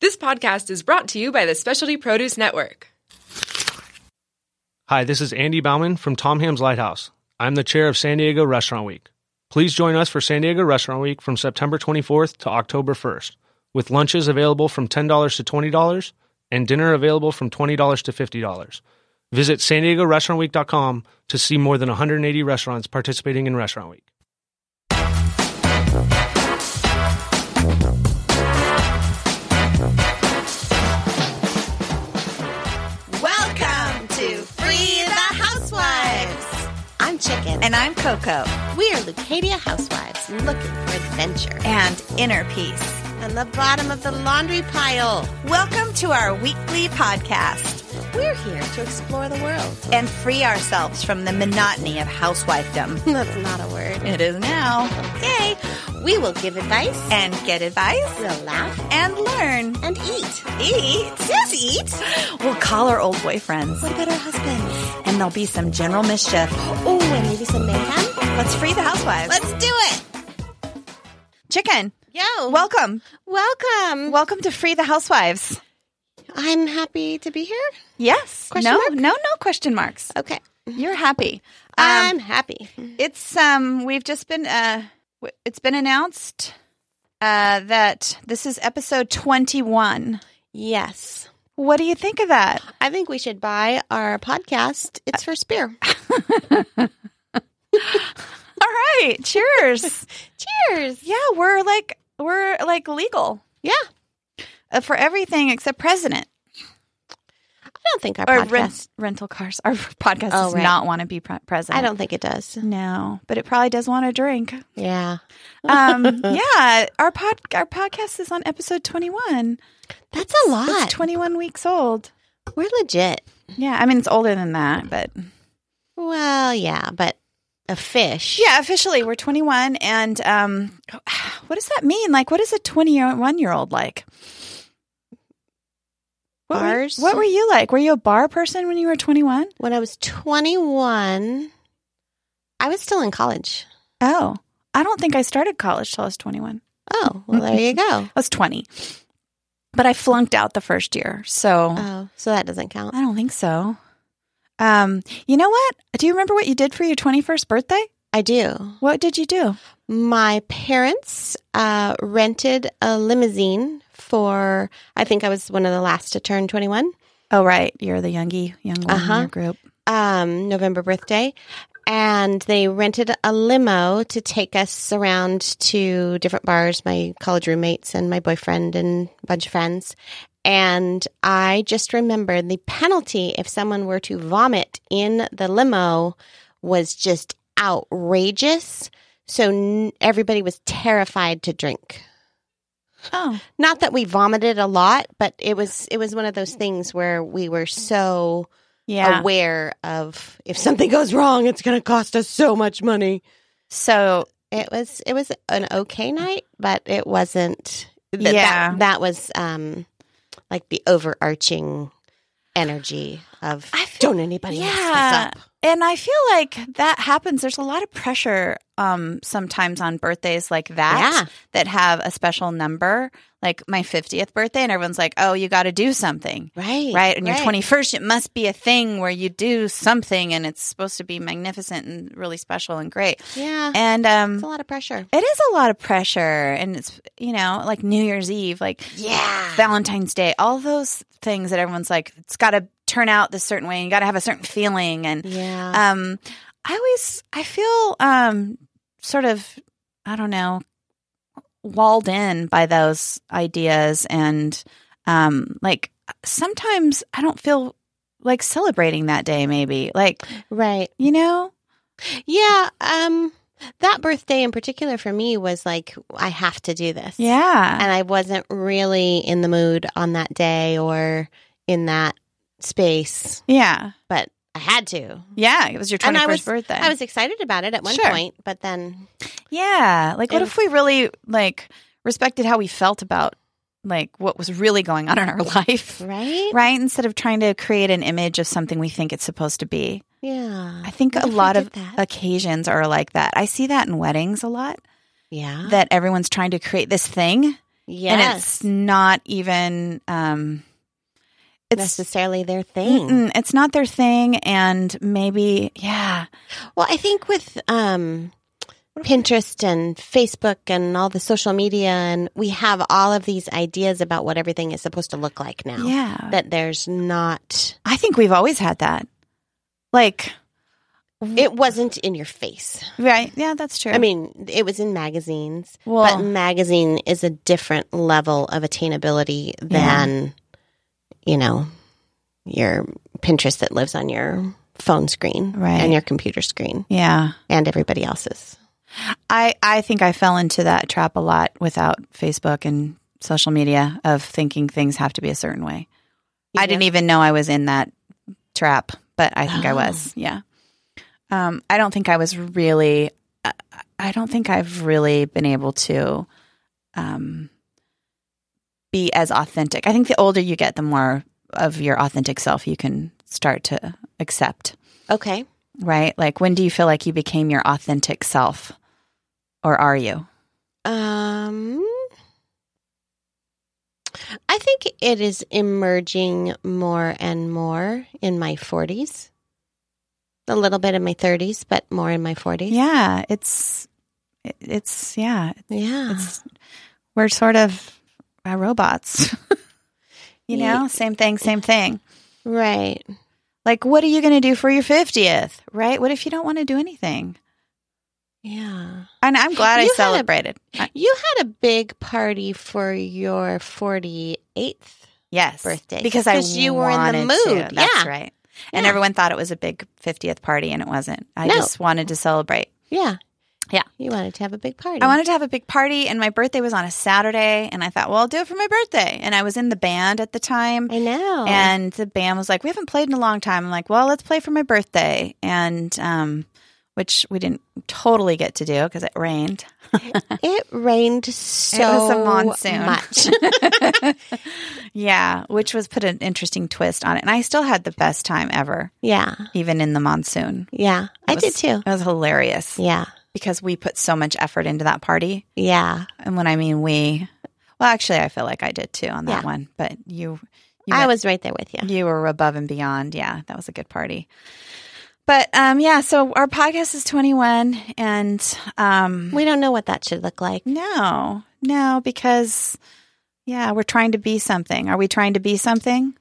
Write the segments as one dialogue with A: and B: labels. A: This podcast is brought to you by the Specialty Produce Network.
B: Hi, this is Andy Bauman from Tom Ham's Lighthouse. I'm the chair of San Diego Restaurant Week. Please join us for San Diego Restaurant Week from September 24th to October 1st, with lunches available from $10 to $20 and dinner available from $20 to $50. Visit san diego restaurantweek.com to see more than 180 restaurants participating in Restaurant Week.
C: Welcome to Free the Housewives.
D: I'm Chicken.
C: And I'm Coco.
D: we are Lucadia housewives looking for adventure.
C: And Inner Peace.
D: On the bottom of the laundry pile,
C: Welcome to our weekly podcast
D: we're here to explore the world.
C: and free ourselves from the monotony of housewifedom.
D: That's not a word.
C: It is now.
D: Okay, we will give advice,
C: And get advice
D: we'll laugh,
C: and learn.
D: and eat.
C: Eat. Yes, eat. We'll call our old boyfriends
D: What about our husbands?
C: and there'll be some general mischief.
D: Oh, and maybe some mayhem?
C: Let's free the housewives.
D: Let's do it!
C: Chicken.
D: Yo!
C: Welcome.
D: welcome!
C: Welcome to Free the Housewives.
D: I'm happy to be here.
C: Yes.
D: Question
C: no,
D: mark?
C: no, no question marks.
D: Okay.
C: You're happy. Um,
D: I'm happy.
C: It's um we've just been uh w- it's been announced uh that this is episode 21.
D: Yes.
C: What do you think of that?
D: I think we should buy our podcast. It's for Spear.
C: All right, cheers.
D: Cheers!
C: yeah, we're like we're like legal
D: Yeah. I
C: uh, for everything except president
D: don't think our
C: or
D: podcast.
C: rent, rental cars. Our podcast
D: Oh,
C: does
D: right.
C: not want to be pre- president.
D: I don't think it does.
C: No, but it probably does want a drink.
D: Yeah.
C: Um yeah, our pod our podcast is on episode 21.
D: That's a lot.
C: It's 21 weeks old.
D: We're legit.
C: Yeah, I mean it's older than that, but
D: Well, yeah, but a fish.
C: Yeah, officially we're 21 and um what does that mean? Like what is a 21 year old like? What were-
D: Bars?
C: what were you like? Were you a bar person when you were 21?
D: When I was 21, I was still in college.
C: Oh, I don't think I started college till I was 21.
D: Oh, well, there you go.
C: I was 20. But I flunked out the first year. So
D: Oh, so that doesn't count.
C: I don't think so. Um, you know what? Do you remember what you did for your 21st birthday?
D: I do.
C: What did you do?
D: My parents uh, rented a limousine for, I think I was one of the last to turn 21,
C: Oh, right. You're the youngie, young one
D: Uh-huh.
C: in your group.
D: um, November birthday. And they rented a limo to take us around to different bars, my college roommates and my boyfriend and a bunch of friends. And I just remembered the penalty if someone were to vomit in the limo was just outrageous. So n- everybody was terrified to drink.
C: Oh,
D: Not that we vomited a lot, but it was it was one of those things where we were so Oh,
C: yeah.
D: aware of if something goes wrong, it's going to cost us so much money.
C: So
D: It was it was an okay night, but it wasn't. th-
C: Yeah.
D: that, that was um like the overarching energy of
C: I feel-
D: don't anybody
C: Yeah.
D: yeah. mess this up.
C: And I feel like that happens. There's a lot of pressure um, sometimes on birthdays like that
D: Yeah.
C: that have a special number, like my 50th birthday, and everyone's like, oh, you got to do something.
D: Right,
C: Right. And your 21st, it must be a thing where you do something and it's supposed to be magnificent and really special and great.
D: Yeah,
C: And
D: it's a
C: um,
D: lot of pressure.
C: it is a lot of pressure. And it's, you know, like New Year's Eve, like
D: Yeah,
C: Valentine's Day, all those things that everyone's like, it's got to turn out this certain way and you got to have a certain feeling. And
D: yeah,
C: um i always i feel um sort of i don't know walled in by those ideas and um like sometimes i don't feel like celebrating that day maybe like
D: right.
C: you know
D: Yeah, um, that birthday in particular for me was like I have to do this.
C: yeah
D: and I wasn't really in the mood on that day or in that space,
C: yeah
D: but I had to.
C: yeah it was your 21st
D: And I was-
C: birthday
D: I was excited about it at one
C: Sure.
D: point, but then
C: yeah like what
D: It
C: if we really like respected how we felt about like what was really going on in our life
D: right,
C: right instead of trying to create an image of something we think it's supposed to be
D: yeah,
C: I think
D: What
C: a
D: if we
C: lot
D: did
C: of
D: that?
C: occasions are like that. I see that in weddings a lot
D: yeah,
C: that everyone's trying to create this thing
D: Ah. Yes.
C: and it's not even um it's
D: necessarily their thing.
C: mm-mm, it's not their thing and maybe yeah
D: Well, I think with um, Pinterest and Facebook and all the social media, and we have all of these ideas about what everything is supposed to look like now.
C: yeah
D: That there's not,
C: i think we've always had that like
D: it wasn't in your face.
C: right yeah that's true
D: I mean, it was in magazines,
C: Well-
D: but magazine is a different level of attainability than, you know, your Pinterest that lives on your phone screen
C: Right.
D: and your computer screen
C: yeah
D: and everybody else's.
C: I, I think I fell into that trap a lot without Facebook and social media of thinking things have to be a certain way. I didn't even know I was in that trap, but I think I was. Yeah. Um, I don't think I was really, I, I don't think I've really been able to um, be as authentic. I think the older you get, the more of your authentic self you can start to accept
D: Okay.
C: right? Like, when do you feel like you became your authentic self? Or are you?
D: Um, I think it is emerging more and more in my 40s. A little bit in my 30s, but more in my 40s.
C: Yeah, it's, it- it's, yeah,
D: Yeah.
C: it's, we're sort of uh, robots, you
D: Yeah.
C: know, same thing, same thing.
D: right.
C: Like, what are you going to do for your 50th, right? What if you don't want to do anything?
D: Yeah.
C: And I'm glad
D: You
C: I
D: had a-
C: celebrated. Uh, I-
D: You had a big party for your 48th.
C: yes.
D: birthday,
C: Because I
D: 'cause you were in the
C: wanted to.
D: mood,
C: That's
D: yeah.
C: right. And
D: Yeah.
C: everyone thought it was a big 50th party, and it wasn't. I
D: No.
C: just wanted to celebrate.
D: Yeah.
C: Yeah.
D: You wanted to have a big party.
C: I wanted to have a big party, and my birthday was on a Saturday. And I thought, well, I'll do it for my birthday. And I was in the band at the time.
D: I know.
C: And the band was like, we haven't played in a long time. I'm like, well, let's play for my birthday. And, um, which we didn't totally get to do because it rained.
D: it rained so
C: it was a monsoon.
D: much.
C: yeah, which was put an interesting twist on it. And I still had the best time ever,
D: yeah.
C: even in the monsoon.
D: Yeah. I
C: It
D: did
C: was-
D: too.
C: It was hilarious
D: Yeah.
C: because we put so much effort into that party.
D: Yeah.
C: And when I mean we, well, actually, I feel like I did too on that
D: Yeah.
C: one. But you, you,
D: I
C: went-
D: was right there with you.
C: you were above and beyond. Yeah, that was a good party. But um, yeah, so our podcast is 21, and um,
D: We don't know what that should look like.
C: no, no, because yeah, we're trying to be something. Are we trying to be something?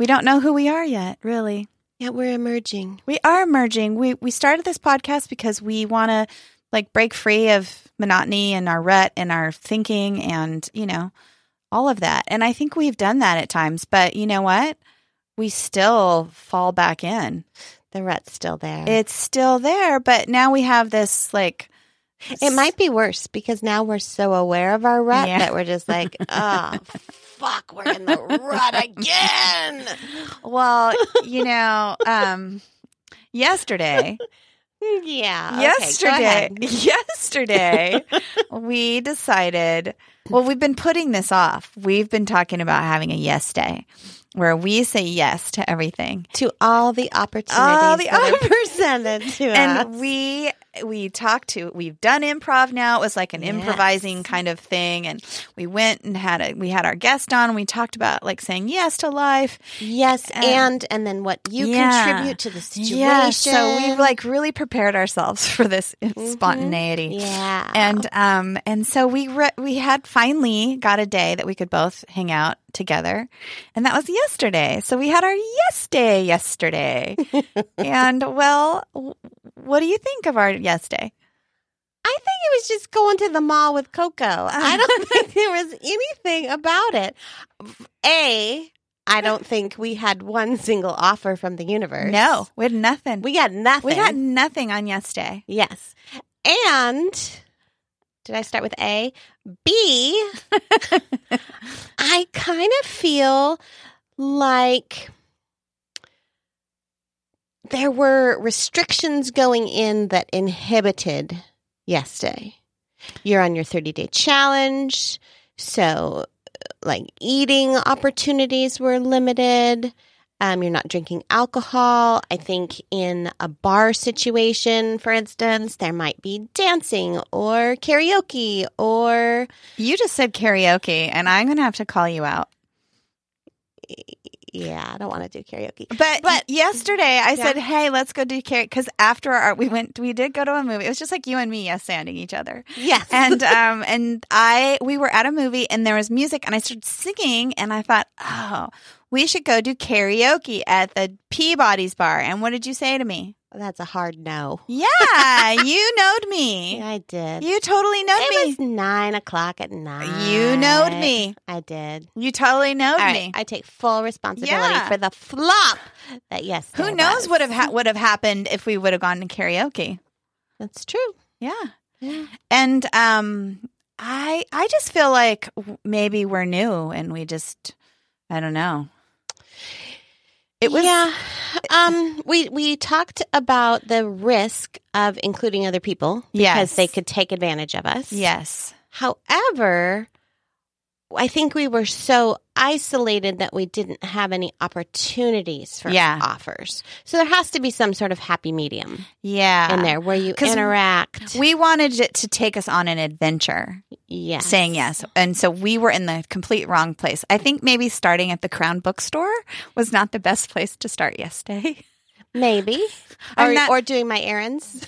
C: We don't know who we are yet, really.
D: Yeah, we're emerging.
C: We are merging. We we started this podcast because we want to like break free of monotony and our rut and our thinking and, you know, all of that. And I think we've done that at times, but you know what? We still fall back in.
D: The rut's still there. It,
C: It's still there, but now we have this like
D: might be worse because now we're so aware of our rut
C: Yeah.
D: that we're just like, oh, fuck, we're in the rut again.
C: well, you know, um yesterday
D: Yeah. okay, go
C: yesterday
D: ahead.
C: yesterday we decided well we've been putting this off we've been talking about having a yes day where we say yes to everything
D: To all the opportunities
C: All the
D: that
C: opp-
D: are presented to us.
C: and we we talked to we've done improv now it was like an
D: Yes.
C: improvising kind of thing and we went and had a we had our guest on and we talked about like saying yes to life
D: Yes,
C: um,
D: and and then what you
C: yeah.
D: contribute to the situation. Mm-hmm.
C: yeah so we've like really prepared ourselves for this spontaneity
D: yeah,
C: and um and so we re- we had finally got a day that we could both hang out together and that was yesterday so we had our yes day yesterday and well w- what do you think of our yes day
D: I think it was just going to the mall with Coco. I don't think there was anything about it. A, I don't think we had one single offer from the universe.
C: no we had nothing
D: we got nothing.
C: we got nothing on yes day
D: yes, and did I start with A? B, I kind of feel like there were restrictions going in that inhibited yesterday. You're on your 30 day challenge. So, like, eating opportunities were limited. Um, you're not drinking alcohol. I think in a bar situation, for instance, there might be dancing or karaoke or
C: You just said karaoke, and I'm going to have to call you out.
D: yeah, I don't want to do karaoke.
C: But,
D: But-
C: yesterday I
D: Yeah.
C: said, "Hey, let's go do karaoke." Because after our we went, we did go to a movie. It was just like you and me, yes, standing each other.
D: Yes.
C: and um and I we were at a movie and there was music and I started singing and I thought, oh, we should go do karaoke at the Peabody's bar. And what did you say to me?
D: That's a hard no.
C: Yeah, you knowed me.
D: Yeah, I did.
C: You totally knowed
D: it was
C: me.
D: nine o'clock at night.
C: You knowed me.
D: I did.
C: You totally knowed
D: All right,
C: me.
D: I take full responsibility
C: Yeah.
D: for the flop. That yes,
C: Who
D: there
C: knows
D: was.
C: what have ha- would have happened if we would have gone to karaoke?
D: That's true.
C: Yeah.
D: Yeah.
C: And um I I just feel like w- maybe we're new and we just I don't know. It was
D: yeah. Um, we we talked about the risk of including other people because
C: Yes.
D: they could take advantage of us.
C: yes.
D: However, I think we were so isolated that we didn't have any opportunities for
C: Yeah.
D: offers. So there has to be some sort of happy medium
C: Yeah.
D: in there where you
C: Ah. 'Cause
D: interact.
C: We wanted it to take us on an adventure,
D: yes.
C: saying yes. And so we were in the complete wrong place. I think maybe starting at the Crown Bookstore was not the best place to start yesterday.
D: Maybe.
C: I'm
D: Or,
C: not-
D: or doing my errands.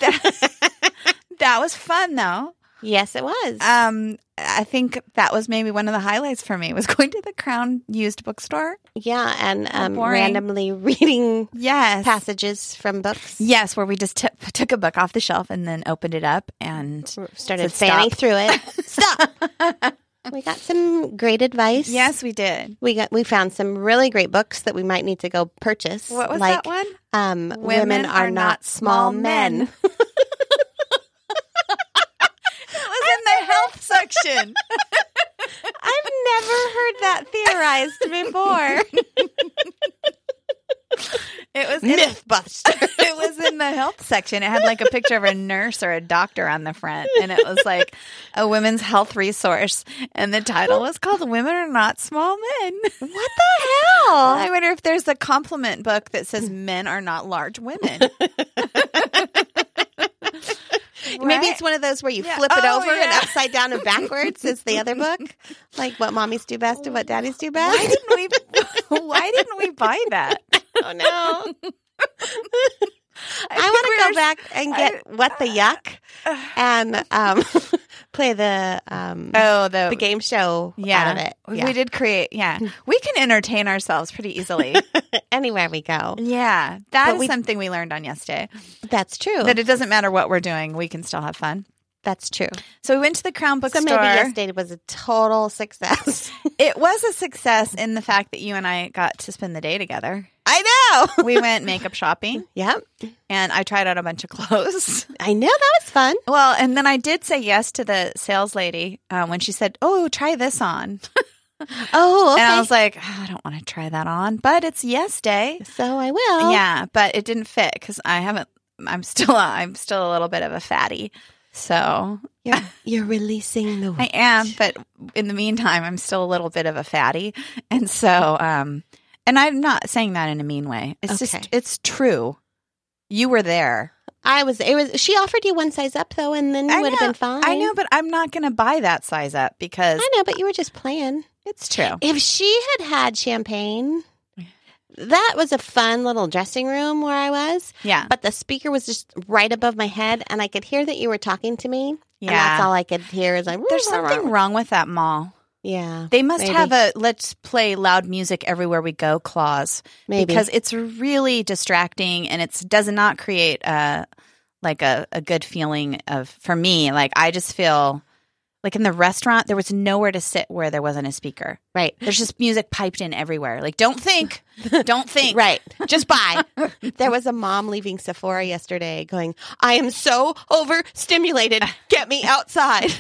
C: That was fun though.
D: yes, it was.
C: Um, I think that was maybe one of the highlights for me was going to the Crown used bookstore.
D: yeah, and
C: how
D: um,
C: boring.
D: randomly reading
C: Yes.
D: passages from books.
C: Yes, where we just t- took a book off the shelf and then opened it up and
D: Started
C: Said
D: fanning
C: stop.
D: through it. stop. We got some great advice.
C: yes, we did.
D: We got we found some really great books that we might need to go purchase.
C: What was
D: like,
C: that one?
D: Um, women, are, not small men.
C: it was in the health section.
D: I've never heard that theorized before.
C: It was in,
D: Mythbuster.
C: it was in the health section. It had like a picture of a nurse or a doctor on the front, and it was like a women's health resource. And the title was called "Women Are Not Small Men." What the hell? I wonder if there's a compliment book that says "Men are not large women."
D: Maybe it's one of those where you
C: Yeah.
D: flip it
C: Oh,
D: over and
C: yeah.
D: upside down and backwards is the other book. Like what mommies do best and what daddies do
C: Why
D: best.
C: didn't we? Why didn't we buy that?
D: Oh no.
C: I, uh, think
D: I
C: we
D: want to
C: were-
D: go back and get what the yuck and um, play the um,
C: Oh, the,
D: the game show
C: Yeah,
D: out of it.
C: We-
D: Yeah.
C: we did create. Yeah, we can entertain ourselves pretty easily.
D: Anywhere we go.
C: yeah, that
D: But
C: is
D: we-
C: something we learned on yesterday.
D: That's true.
C: That it doesn't matter what we're doing, we can still have fun.
D: That's true.
C: So we went to the Crown
D: So
C: Bookstore.
D: maybe yesterday was a total success.
C: It was a success in the fact that you and I got to spend the day together.
D: I know.
C: We went makeup shopping,
D: Yep.
C: and I tried out a bunch of clothes.
D: I know that was fun.
C: Well, and then I did say yes to the sales lady uh, when she said, "Oh, try this on,"
D: Oh, okay.
C: and I was like, "Ah, "I don't want to try that on," but it's yes day.
D: so I will.
C: Yeah, but it didn't fit because I haven't. I'm still. I'm still a little bit of a fatty. So
D: You're, you're releasing the
C: I am, but in the meantime, I'm still a little bit of a fatty, and so um, and I'm not saying that in a mean way. It's just
D: Okay.
C: it's true. You were there.
D: I was. It was. She offered you one size up though, and then
C: I
D: you would have
C: know,
D: been fine.
C: I know, but I'm not going to buy that size up because
D: I know, but you were just playing.
C: it's true.
D: If she had had champagne, that was a fun little dressing room where I was.
C: Yeah,
D: But the speaker was just right above my head, and I could hear that you were talking to me. And that's
C: yeah.
D: all I could hear is like,
C: There's something wrong with that mall.
D: Yeah,
C: They must
D: Maybe.
C: have a let's play loud music everywhere we go clause.
D: maybe
C: because it's really distracting and it's does not create a like a, a good feeling of for me like i just feel like in the restaurant there was nowhere to sit where there wasn't a speaker
D: right,
C: there's just music piped in everywhere like don't think don't think
D: right. Just buy. there was a mom leaving Sephora yesterday, going, "I am so overstimulated. Get me outside."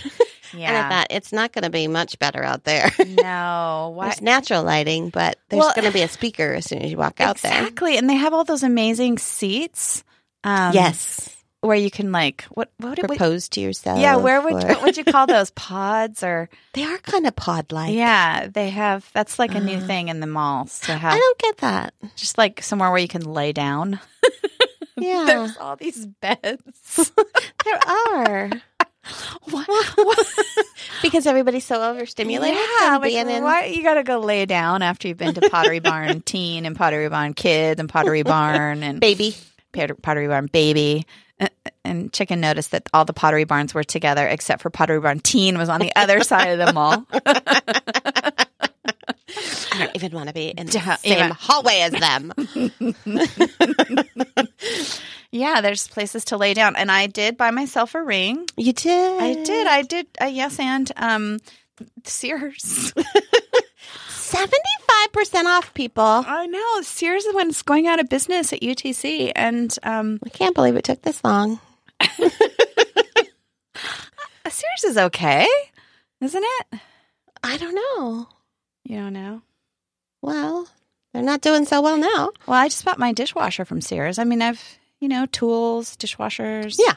D: And I
C: yeah
D: thought it's not going to be much better out there.
C: no why
D: There's natural lighting, but there's
C: Well-
D: going to be a speaker as soon as you walk out
C: exactly and they have all those amazing seats um
D: there. Yes.
C: where you can like what what would it- what-
D: Propose to yourself.
C: yeah where would
D: or-
C: what would you call those pods or
D: they are kind of pod like?
C: yeah they have that's like a new
D: Uh,
C: thing in the malls to
D: I
C: have
D: don't Oh. get that.
C: just like somewhere where you can lay down.
D: Yeah,
C: There's all these beds.
D: there are
C: what? what?
D: because everybody's so overstimulated.
C: Yeah,
D: from
C: like,
D: being in-
C: why you got to go lay down after you've been to Pottery Barn teen and Pottery Barn kid and Pottery Barn and
D: baby.
C: Pot- Pottery Barn baby. Uh, And Chicken noticed that all the Pottery Barns were together except for Pottery Barn teen was on the other side of the mall.
D: I don't even want to be in the
C: Don't
D: same
C: even-
D: hallway as them.
C: Yeah, there's places to lay down, and I did buy myself a ring.
D: You did.
C: I did. I did. Uh, yes, and um, Sears.
D: Seventy-five percent off, people.
C: I know Sears is when it's going out of business at UTC, and um,
D: I can't believe it took this long.
C: Uh, Sears is okay, isn't it?
D: I don't know.
C: You don't know.
D: Well, they're not doing so well now.
C: Well, I just bought my dishwasher from Sears. I mean, I've you know tools, dishwashers.
D: Yeah.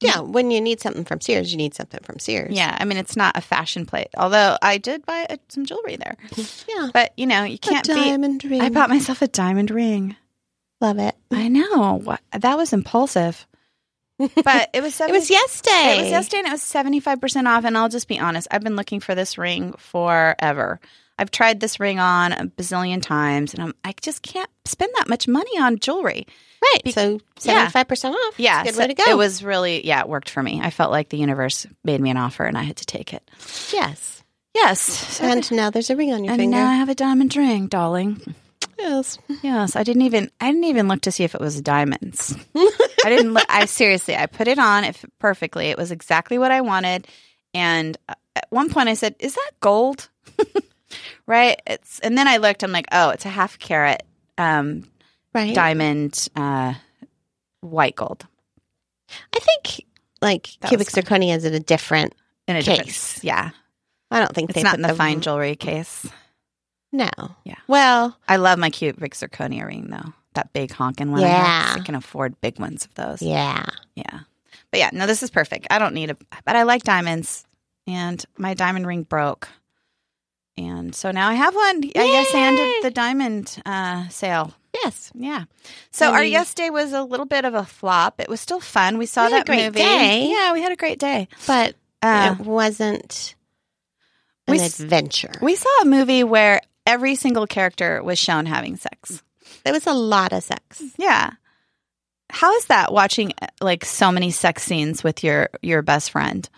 D: Yeah, when you need something from Sears, you need something from Sears.
C: yeah. I mean, it's not a fashion plate, although I did buy uh some jewelry there.
D: Yeah.
C: But you know, you can't
D: a
C: be.
D: diamond ring.
C: I bought myself a diamond ring.
D: Love it.
C: I know Wha- that was impulsive, but it was
D: It
C: 70,
D: was yesterday.
C: It was yesterday and it was 75% off. And I'll just be honest, I've been looking for this ring forever. I've tried this ring on a bazillion times and I'm, I just can't spend that much money on jewelry.
D: Right. so
C: Yeah.
D: 75% off.
C: Yeah.
D: It's a good
C: so
D: way to go.
C: It was really, yeah, it worked for me. I felt like the universe made me an offer and I had to take it.
D: Yes.
C: Yes. so-
D: And now there's a ring on your
C: and
D: finger.
C: now I have a diamond ring, darling.
D: yes.
C: Yes, I didn't even I didn't even look to see if it was diamonds. I didn't. Look, I seriously, I put it on if perfectly. It was exactly what I wanted. And uh, at one point, I said, "Is that gold?" right. It's and then I looked. I'm like, "Oh, it's a half carat um,
D: Right.
C: diamond, uh, white gold
D: I think like
C: That
D: cubic
C: was fun.
D: zirconia is in a different.
C: in a
D: Case.
C: different. Yeah,
D: I don't think
C: it's
D: they
C: not
D: put
C: in the fine
D: the,
C: jewelry case.
D: No.
C: Yeah.
D: Well,
C: I love my cute Rick Zirconia ring though. That big honking one. I have.
D: Yeah.
C: I can afford big ones of those.
D: yeah.
C: Yeah. But yeah, no, this is perfect. I don't need a, but I like diamonds. And my diamond ring broke. And so now I have one. I yes and
D: Yay!
C: did the diamond uh, sale.
D: Yes.
C: Yeah. So our
D: Mm.
C: yes day was a little bit of a flop. It was still fun. We saw
D: We had a
C: that
D: great
C: movie.
D: day.
C: Yeah, we had a great day.
D: But
C: Uh,
D: it wasn't an
C: we s-
D: adventure.
C: We saw a movie where every single character was shown having sex.
D: there was a lot of sex.
C: Yeah. How is that watching uh, like so many sex scenes with your your best friend?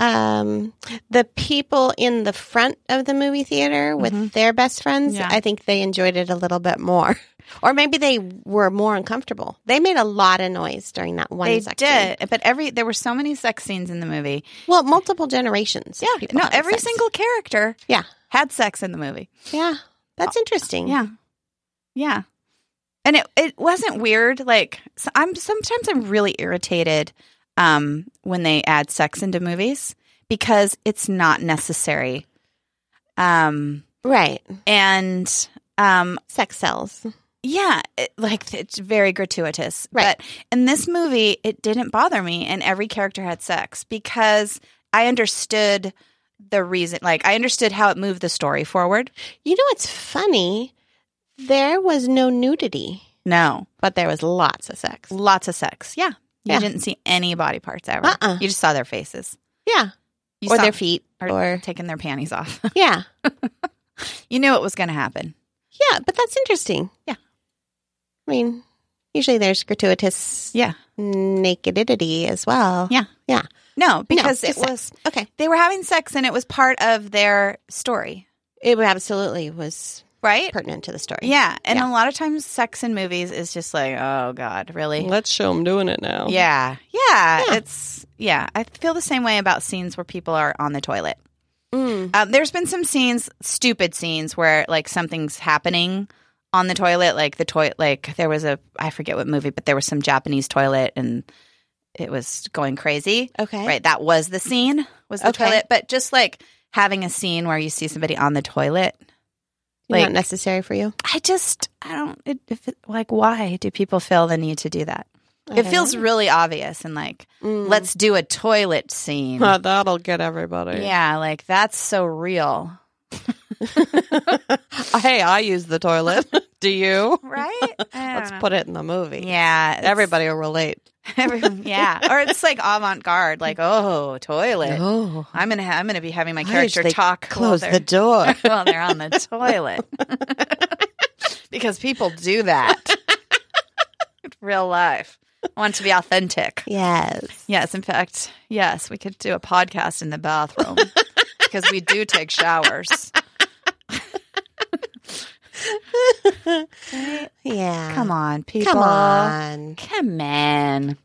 D: um the people in the front of the movie theater with
C: Mhm.
D: their best friends
C: Yeah.
D: i think they enjoyed it a little bit more or maybe they were more uncomfortable they made a lot of noise during that one
C: they
D: section
C: did but every there were so many sex scenes in the movie
D: well multiple generations of
C: yeah
D: people
C: no
D: had
C: every
D: sex.
C: single character
D: Yeah.
C: had sex in the movie
D: yeah that's interesting
C: yeah yeah and it, it wasn't weird like so i'm sometimes i'm really irritated um when they add sex into movies because it's not necessary um
D: right
C: and um
D: sex sells
C: Yeah, it, like it's very gratuitous.
D: Right.
C: But in this movie, it didn't bother me, and every character had sex because I understood the reason. Like I understood how it moved the story forward.
D: you know what's funny there was no nudity
C: No,
D: but there was lots of sex
C: lots of sex. Yeah, you
D: Yeah.
C: didn't see any body parts ever.
D: Uh-uh.
C: You just saw their faces.
D: yeah
C: You
D: or
C: saw
D: their feet
C: or,
D: or
C: taking their panties off.
D: yeah
C: you knew it was going to happen.
D: Yeah, but that's interesting.
C: Yeah.
D: I mean, usually there's gratuitous
C: Yeah.
D: nakedity as well.
C: Yeah.
D: Yeah.
C: No, because
D: No,
C: it
D: just sex.
C: was
D: Okay.
C: they were having sex, and it was part of their story,
D: It absolutely was
C: right?
D: pertinent to the story.
C: Yeah, and
D: Yeah.
C: a lot of times sex in movies is just like, oh god, really?
D: Let's show them doing it now.
C: Yeah, yeah,
D: Yeah.
C: It's yeah. I feel the same way about scenes where people are on the toilet.
D: Mm.
C: Um, there's been some scenes, stupid scenes, where like something's happening on the toilet, like the toilet, like there was a I forget what movie, but there was some Japanese toilet and it was going crazy.
D: Okay.
C: Right, that was the scene was the
D: Okay.
C: toilet, but just like having a scene where you see somebody on the toilet
D: You're
C: like-
D: Not necessary for you.
C: I just I don't it, if it, like why do people feel the need to do that?
D: I
C: It
D: don't
C: feels
D: know.
C: really obvious and like,
D: Mm.
C: let's do a toilet scene.
D: Oh, that'll get everybody.
C: yeah, like that's so real.
D: hey, I use the toilet. do you?
C: Right?
D: Let's put it in the movie.
C: Yeah. it's-
D: Everybody will relate.
C: every- yeah. Or it's like avant garde, like, oh, toilet.
D: Oh.
C: I'm gonna ha- I'm gonna be having my
D: Why
C: character
D: did they
C: talk. while
D: Close the
C: they're-
D: door.
C: while they're on the toilet. because people do that. In Real life. I want to be authentic.
D: yes.
C: Yes, in fact, yes, we could do a podcast in the bathroom because we do take showers.
D: Yeah.
C: Come on, people.
D: Come on.
C: Come on.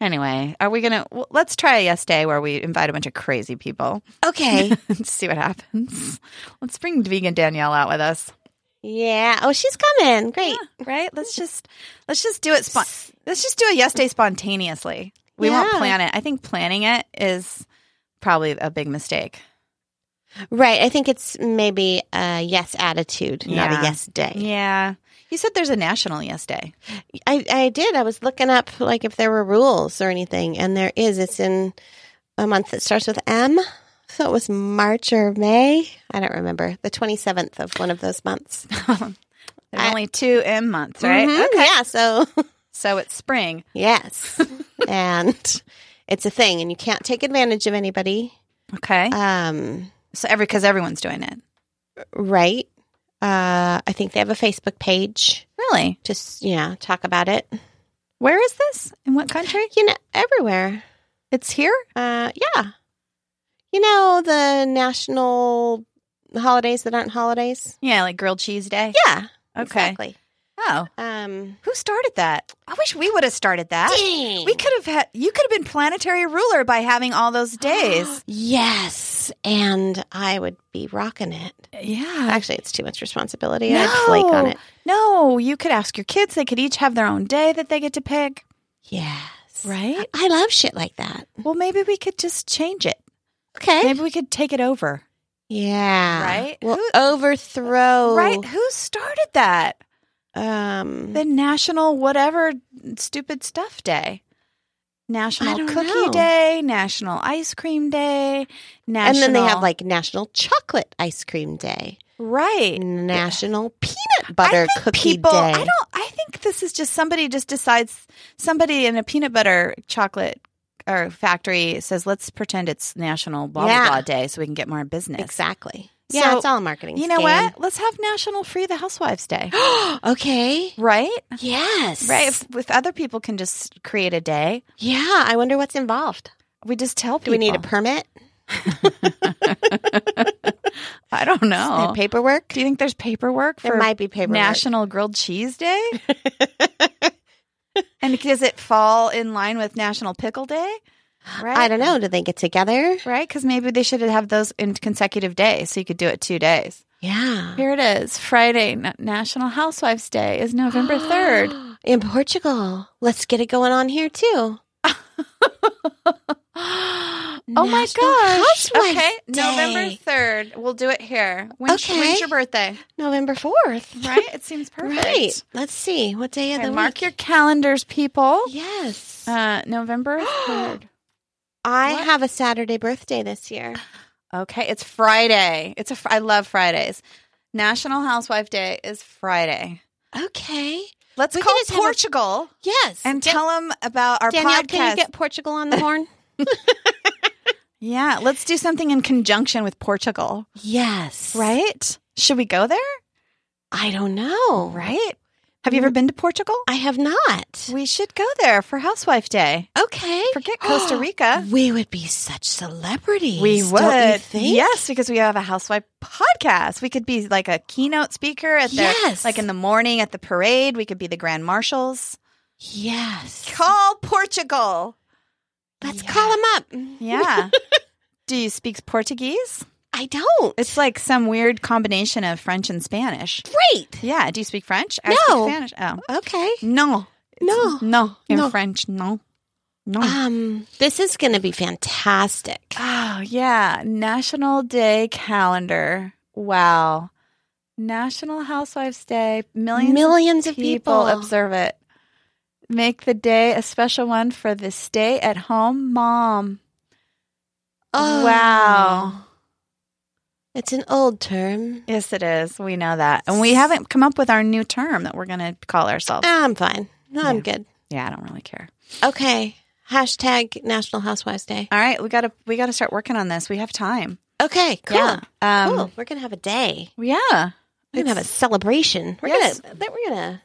C: Anyway, are we going to well, let's try a yes day where we invite a bunch of crazy people
D: Okay.
C: and see what happens. Let's bring vegan Danielle out with us.
D: yeah. Oh, she's coming. Great.
C: Right? Let's just let's just do it spon- let's just do a yes day spontaneously. We won't
D: Yeah.
C: plan it. I think planning it is probably a big mistake.
D: Right. I think it's maybe a yes attitude, not
C: Yeah.
D: a yes day.
C: Yeah. You said there's a national yes day.
D: I, I did. I was looking up like if there were rules or anything, and there is. It's in a month that starts with M. So it was March or May. I don't remember. The 27th of one of those months.
C: There's
D: I-
C: only two M months, right?
D: Mhm, Yeah. So,
C: So it's spring.
D: yes. and it's a thing, and you can't take advantage of anybody.
C: Okay.
D: Um,
C: Uh, so every because everyone's doing it.
D: right. Uh, I think they have a Facebook page.
C: Really?
D: Just, yeah, talk about it.
C: Where is this? In what country?
D: You know, everywhere.
C: It's here.
D: Uh, yeah. You know the national holidays that aren't holidays.
C: Yeah, like grilled cheese day.
D: Yeah.
C: Okay.
D: Exactly.
C: Oh,
D: Um.
C: who started that? I wish we would have started that.
D: Dang.
C: We could have had. You could have been planetary ruler by having all those days.
D: yes, and I would be rocking it.
C: yeah.
D: Actually, it's too much responsibility. I'd flake on
C: Uh-huh. No.
D: it.
C: No, you could ask your kids. They could each have their own day that they get to pick.
D: Yes.
C: Right.
D: I love shit like that.
C: Well, maybe we could just change it.
D: Okay.
C: Maybe we could take it over.
D: Yeah.
C: Right?
D: We'll
C: Who-
D: overthrow.
C: Right? Who started that?
D: Um.
C: the National Whatever Stupid Stuff Day.
D: I
C: National
D: don't
C: Cookie
D: know.
C: Day, National Ice Cream Day,
D: and
C: National
D: then they have like National Chocolate Ice Cream Day,
C: right
D: National Peanut Butter
C: I think
D: Cookie
C: people,
D: Day.
C: I don't. I think this is just somebody just decides somebody in a peanut butter chocolate or factory says, "Let's pretend it's National Blah
D: Yeah.
C: Blah Blah Day, so we can get more business."
D: Exactly.
C: So,
D: Yeah, it's all a marketing.
C: You know what? Let's have National Free the Housewives Day,
D: what? okay.
C: right?
D: Yes.
C: Right. If, if other people can just create a day,
D: Yeah. I wonder what's involved.
C: we just tell
D: Do
C: people.
D: we need a permit?
C: I don't know.
D: And paperwork?
C: Do you think there's paperwork for
D: there might be paperwork.
C: National Grilled Cheese Day? and does it fall in line with National Pickle Day? Right?
D: I don't know. Do they get together?
C: Right? Because maybe they should have those in consecutive days so you could do it two days.
D: Yeah.
C: Here it is Friday, N- National Housewives Day is November 3rd.
D: In Portugal. Let's get it going on here too.
C: oh my
D: National
C: gosh.
D: Housewives
C: okay,
D: Day.
C: November 3rd. We'll do it here. When's,
D: Okay.
C: when's your birthday?
D: November 4th.
C: Right? It seems perfect.
D: Right. Let's see. What day of
C: Okay,
D: the
C: mark
D: week?
C: your calendars, people.
D: Yes.
C: Uh, November 3rd.
D: I
C: what?
D: have a Saturday birthday this year.
C: Okay, it's Friday. It's a fr- I love Fridays. National Housewife Day is Friday.
D: Okay.
C: Let's
D: We can
C: call
D: just have a-
C: Portugal
D: Yes.
C: and tell them about our
D: Danielle,
C: podcast.
D: can you get Portugal on the horn?
C: yeah, let's do something in conjunction with Portugal,
D: yes.
C: right? Should we go there?
D: I don't know.
C: Right? Have you ever
D: Mm.
C: been to Portugal?
D: I have not.
C: We should go there for Housewife Day.
D: Okay.
C: Forget Costa Rica.
D: We would be such celebrities.
C: We would.
D: Don't you think?
C: Yes, because we have a housewife podcast. We could be like a keynote speaker at the
D: Yes.
C: like in the morning at the parade. We could be the grand marshals.
D: Yes.
C: Call Portugal.
D: Let's
C: Yeah.
D: call him up.
C: Yeah. Do you speak Portuguese?
D: I don't.
C: It's like some weird combination of French and Spanish.
D: great.
C: Yeah. Do you speak French?
D: No.
C: speak Spanish. Oh.
D: Okay.
C: No.
D: No.
C: No. Ah. In
D: No.
C: French, no. No.
D: Um, this is going to be fantastic.
C: Oh, yeah. National Day calendar. Wow. National Housewives Day. Millions,
D: Millions of
C: people
D: people.
C: observe it. Make the day a special one for the stay at home mom. Oh. Wow.
D: Oh. It's an old term.
C: Yes, it is. We know that. And we haven't come up with our new term that we're going to call ourselves.
D: Ah, I'm fine. No, I'm
C: Yeah.
D: good.
C: Yeah, I don't really care.
D: Okay. Hashtag National Housewives Day.
C: All right, we got to we got to start working on this. We have time.
D: Okay, cool.
C: Yeah. Um,
D: cool. We're gonna have a day.
C: Yeah.
D: We're gonna have a celebration. We're
C: Yes.
D: gonna that we're gonna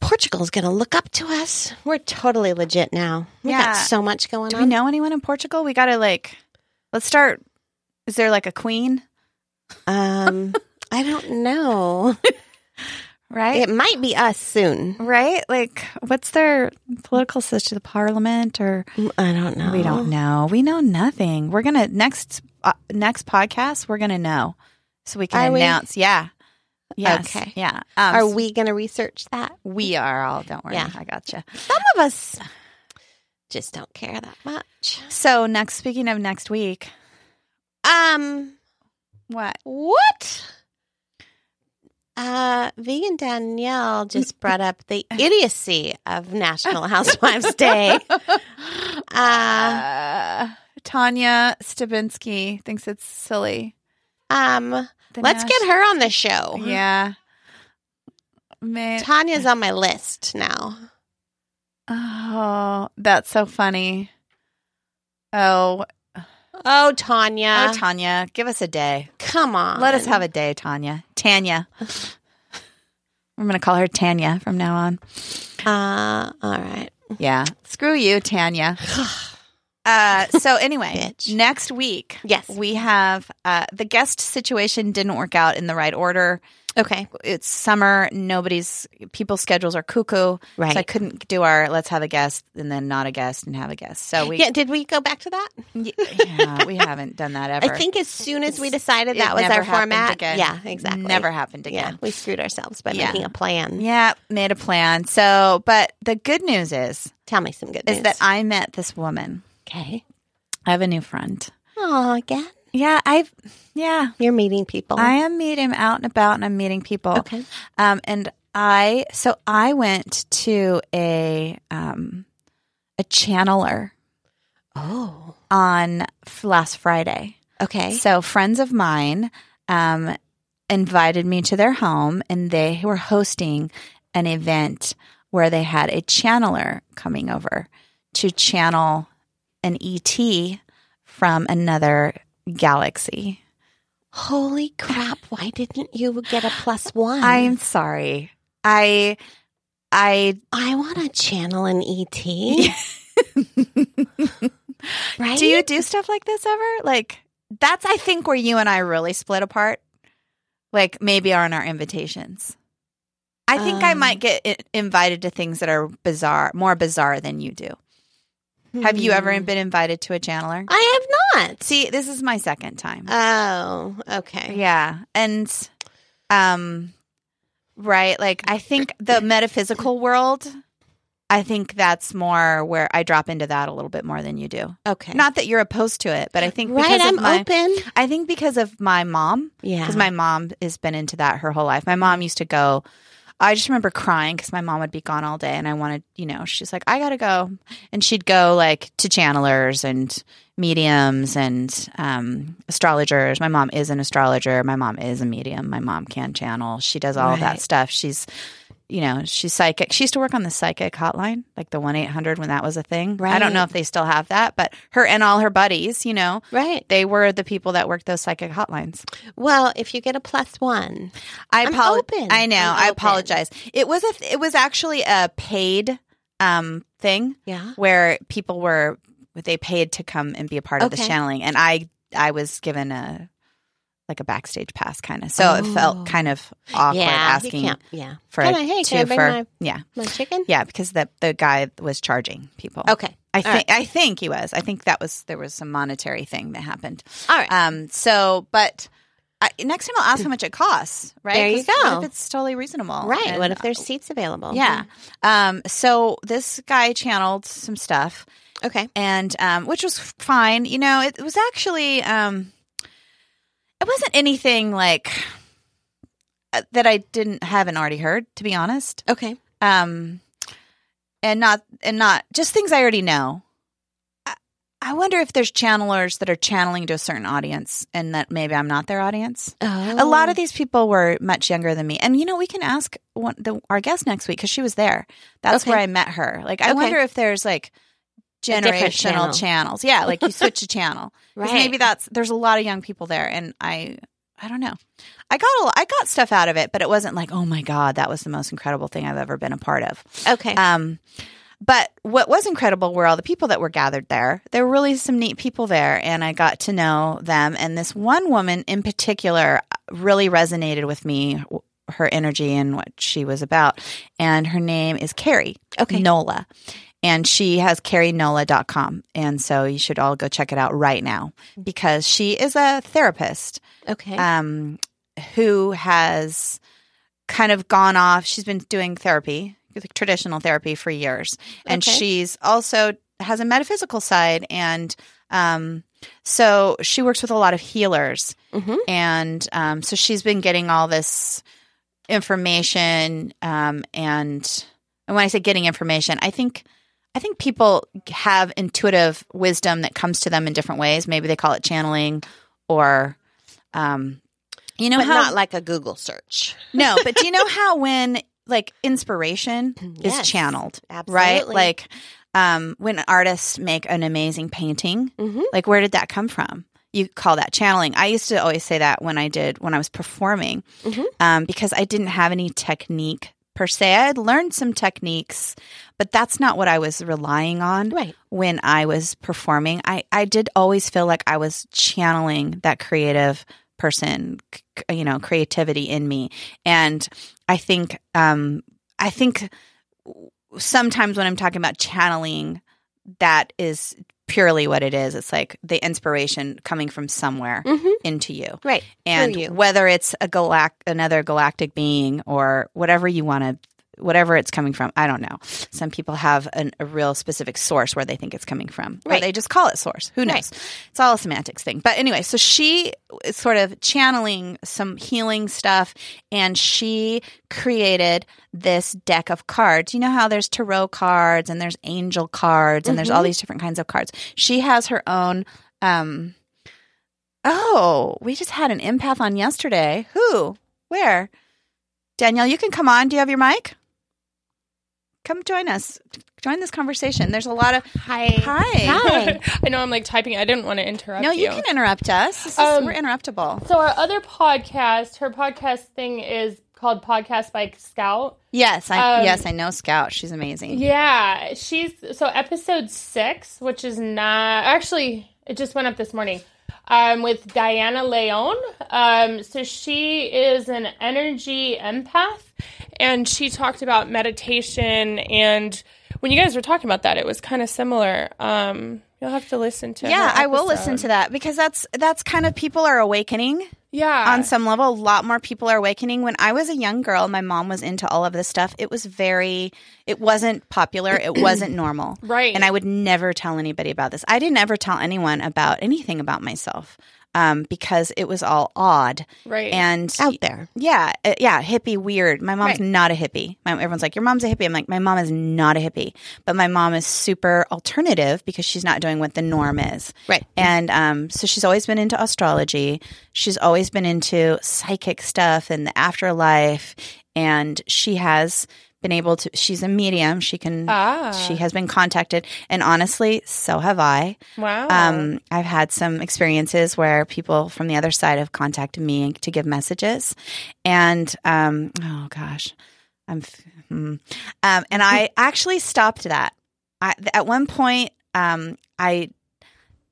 D: Portugal's gonna look up to us. We're totally legit now. We
C: Yeah.
D: got so much going
C: Do
D: on.
C: we know anyone in Portugal? We got to like let's start Is there like a queen,
D: Um I don't know.
C: right?
D: It might be us soon.
C: right? Like what's their political system, the parliament or
D: I don't know.
C: we don't know. We know nothing. We're going to next uh, next podcast we're going to know so we can
D: Are we?
C: announce. Yeah. Yes.
D: Okay.
C: Yeah. Um,
D: Are we gonna research that?
C: we are all don't worry.
D: Yeah.
C: I gotcha.
D: Some of us just don't care that much.
C: So next speaking of next week,
D: Um
C: what?
D: What? Uh, vegan Danielle just brought up the idiocy of National Housewives Day. Uh,
C: Uh, Tanya Stabinsky thinks it's silly.
D: um,
C: The
D: let's get
C: Nash-
D: her on the show.
C: Yeah. May-
D: Tanya's on my list now.
C: oh, that's so funny. Oh,
D: Oh, Tanya,
C: oh, Tanya, give us a day.
D: come on!
C: Let us have a day, Tanya. Tanya. I'm going to call her Tanya from now on.
D: Uh, all right.
C: Yeah. Screw you, Tanya. Uh, so anyway,
D: Bitch.
C: next week,
D: Yes.
C: we have uh, the guest situation didn't work out in the right order.
D: Okay.
C: It's summer; nobody's people's schedules are cuckoo.
D: Right.
C: So I couldn't do our let's have a guest and then not a guest and have a guest. So we
D: yeah. Did we go back to that?
C: y- yeah, we haven't done that ever.
D: I think as soon as we decided
C: It
D: that was
C: never
D: our
C: happened
D: format.
C: again.
D: Yeah. Exactly.
C: never happened
D: Yeah.
C: again.
D: We screwed ourselves by
C: Yeah.
D: making a plan.
C: Yeah, made a plan. So, but the good news is
D: Tell me some good
C: is
D: news.
C: that I met this woman.
D: okay?
C: I have a new friend.
D: Oh, again.
C: Yeah, I've yeah.
D: You're meeting people.
C: I am meeting out and about and I'm meeting people.
D: okay.
C: Um, and I, so I went to a, um, a channeler
D: Oh.
C: on f- last Friday.
D: Okay.
C: So friends of mine, um, invited me to their home and they were hosting an event where they had a channeler coming over to channel an ET from another galaxy.
D: Holy crap! Why didn't you get a plus one?
C: I'm sorry. I I
D: I want to channel an E ET. right?
C: do you do stuff like this ever? Like that's I think where you and I really split apart. Like maybe on our invitations. I think I
D: Um.
C: might get i- invited to things that are bizarre, more bizarre than you do. Have you ever
D: Hmm.
C: been invited to a channeler?
D: I have not.
C: See, this is my second time.
D: Oh, okay.
C: Yeah. And um right, like I think the metaphysical world I think that's more where I drop into that a little bit more than you do.
D: Okay.
C: Not that you're opposed to it, but I think
D: right.
C: because
D: I'm
C: of my
D: open.
C: I think because of my mom
D: Yeah.
C: because my mom has been into that her whole life. My mom used to go I just remember crying because my mom would be gone all day, and I wanted, you know, she's like, I gotta go, and she'd go like to channelers and mediums and um, astrologers. My mom is an astrologer. My mom is a medium. My mom can channel. She does all of that
D: Right.
C: stuff. She's, you know, she's psychic. She used to work on the psychic hotline, like the one eight hundred when that was a thing. I don't know
D: Right.
C: if they still have that, but her and all her buddies, you know,
D: right.
C: they were the people that worked those psychic hotlines.
D: Well, if you get a plus one,
C: I
D: I'm
C: apolo-
D: open.
C: I know.
D: I'm
C: I
D: open.
C: apologize. It was a. It was actually a paid um thing
D: yeah.
C: where people were they paid to come and be a part of the
D: Okay.
C: channeling, and I I was given a like a backstage pass kind of, so it
D: Oh.
C: felt kind of awkward
D: yeah. You
C: asking
D: can't, yeah.
C: for
D: Can
C: a
D: I- hey,
C: two
D: can I bring
C: for
D: my-
C: yeah
D: My chicken.
C: yeah because the the guy was charging people.
D: Okay.
C: I
D: All
C: think I think he was. I think that was there was some monetary thing that happened.
D: All right.
C: Um. So, but I, next time I'll ask how much it costs. Right.
D: There you
C: 'Cause what
D: go.
C: if it's totally reasonable.
D: right.
C: Um, And-
D: what if there's seats available?
C: Yeah. Um. So this guy channeled some stuff,
D: Hmm, Okay.
C: and um, which was fine. You know, it, was actually um, it wasn't anything like uh, that I didn't haven't already heard. To be honest,
D: Okay.
C: um. and not and not just things I already know. I, I wonder if there's channelers that are channeling to a certain audience, and that maybe I'm not their audience.
D: Oh.
C: A lot of these people were much younger than me, and you know we can ask one, the, our guest next week because she was there. That's
D: Okay.
C: where I met her. Like I
D: Okay.
C: wonder if there's like
D: different
C: generational
D: channel.
C: channels. Yeah, like you switch a channel. 'Cause
D: right.
C: Maybe that's there's a lot of young people there, and I I don't know. I got a, I got stuff out of it, but it wasn't like oh my god that was the most incredible thing I've ever been a part of.
D: okay.
C: Um, but what was incredible were all the people that were gathered there. There were really some neat people there, and I got to know them. And this one woman in particular really resonated with me, her energy and what she was about. And her name is Carrie
D: okay.
C: Nola. And she has carrienola.com. And so you should all go check it out right now
D: Mm.
C: because she is a therapist
D: Okay.
C: um, who has kind of gone off. She's been doing therapy, like traditional therapy, for years, and
D: Okay.
C: she's also has a metaphysical side, and um, so she works with a lot of healers,
D: Mhm.
C: and um, so she's been getting all this information, um, and and when I say getting information, I think. I think people have intuitive wisdom that comes to them in different ways. Maybe they call it channeling or um you know
D: but
C: how
D: not like a Google search.
C: no, but do you know how when like inspiration
D: Yes.
C: is channeled, right?
D: Absolutely.
C: Like um when artists make an amazing painting,
D: Mhm.
C: like where did that come from? You call that channeling. I used to always say that when I did when I was performing
D: Mhm.
C: um, because I didn't have any technique per se. I had learned some techniques, but that's not what I was relying on
D: Right.
C: when I was performing, I, I did always feel like I was channeling that creative person, c- c- you know, creativity in me. And I think, um, I think sometimes when I'm talking about channeling, that is purely what it is. It's like the inspiration coming from somewhere
D: Mhm.
C: into you.
D: Right.
C: And
D: you.
C: whether it's a galact another galactic being or whatever you want to whatever it's coming from, I don't know. Some people have an, a real specific source where they think it's coming from. Or
D: Right.
C: they just call it source. Who knows?
D: Right.
C: It's all a semantics thing. But anyway, so she is sort of channeling some healing stuff and she created this deck of cards. You know how there's tarot cards and there's angel cards and there's
D: Mm-hmm.
C: all these different kinds of cards. She has her own um Oh, we just had an empath on yesterday. Who? Where? Danielle, you can come on. Do you have your mic? Come join us. Join this conversation. There's a lot of
D: Hi.
C: hi.
D: Hi.
E: I know I'm like typing. I didn't want to interrupt.
C: No, you
E: you
C: can interrupt us. This is,
E: Um,
C: we're interruptible.
E: So our other podcast, her podcast thing is called Podcast by Scout.
C: Yes, I
E: um,
C: yes, I know Scout. She's amazing.
E: Yeah, she's so episode six, which is not actually it just went up this morning. Um, with Diana Leon. Um, so she is an energy empath, and she talked about meditation. And when you guys were talking about that, it was kind of similar. Um, you'll have to listen to.
C: Yeah,
E: her
C: I will
E: episode.
C: listen to that because that's that's kind of people are awakening
E: Yeah,
C: on some level. A lot more people are awakening. When I was a young girl, my mom was into all of this stuff. It was very it wasn't popular, it wasn't normal.
E: right.
C: And I would never tell anybody about this. I didn't ever tell anyone about anything about myself um, because it was all odd
E: right
C: and
D: Out there.
C: yeah, uh, yeah, hippie weird. My mom's
D: Right.
C: not a hippie. My, everyone's like, your mom's a hippie. I'm like, my mom is not a hippie, but my mom is super alternative because she's not doing what the norm is.
D: Right.
C: And um, so she's always been into astrology. She's always been into psychic stuff and the afterlife. And she has been able to. She's a medium. She can.
E: Ah.
C: She has been contacted, and honestly, so have I.
E: Wow.
C: Um, I've had some experiences where people from the other side have contacted me to give messages, and um, oh gosh, I'm, f- hmm. um, and I actually stopped that. I, th- at one point, um, I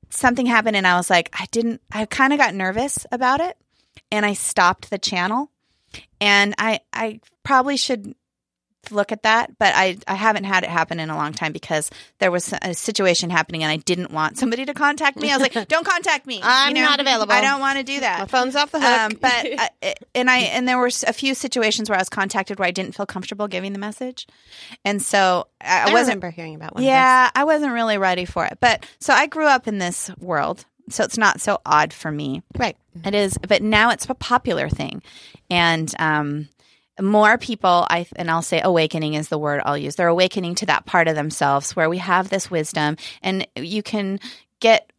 C: something happened, and I was like, I didn't. I kind of got nervous about it, and I stopped the channel, and I I probably should look at that but I, I haven't had it happen in a long time because there was a situation happening and I didn't want somebody to contact me. I was like, "Don't contact me.
D: I'm not available.
C: I don't want to do
D: My
C: that."
D: phone's off the hook.
C: Um, but I, and I and there were a few situations where I was contacted where I didn't feel comfortable giving the message, and so I, I
D: I
C: wasn't.
D: remember hearing about one. Of
C: Yeah, I wasn't really ready for it. But so I grew up in this world, so it's not so odd for me.
D: those. Right.
C: It is, but now it's a popular thing, and um, more people i and i'll say awakening is the word i'll use they're awakening to that part of themselves where we have this wisdom and you can get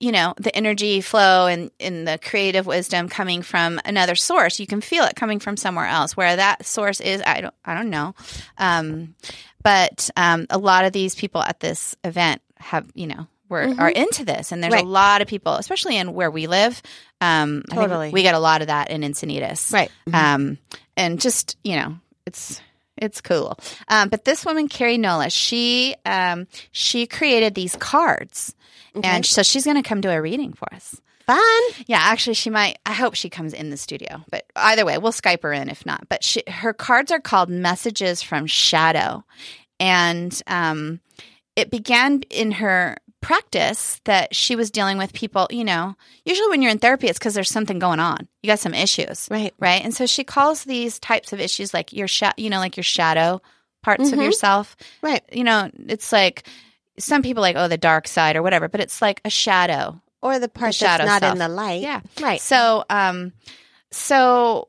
C: you know the energy flow and in the creative wisdom coming from another source you can feel it coming from somewhere else where that source is i don't i don't know um but um a lot of these people at this event have you know were
D: Mhm.
C: are into this and there's
D: Right.
C: a lot of people especially in where we live um I think
D: Totally.
C: we get a lot of that in encinitas
D: Right.
C: um, and just you know, it's it's cool. Um, but this woman, Carrie Nola, she um, she created these cards, and so she's going to come do a reading for us.
D: Fun.
C: Yeah, actually, she might. I hope she comes in the studio, but either way, we'll Skype her in if not. But she, her cards are called Messages from Shadow, and um, it began in her practice that she was dealing with people. You know, usually when you're in therapy, it's because there's something going on. You got some issues,
D: Right.
C: right? And so she calls these types of issues like your sha- you know, like your shadow parts of
D: Mhm.
C: yourself.
D: Right.
C: You know, it's like some people like oh the dark side or whatever, but it's like a shadow.
D: Or the part
C: shadow
D: that's not
C: self.
D: in the light.
C: Yeah.
D: Right.
C: So, um, so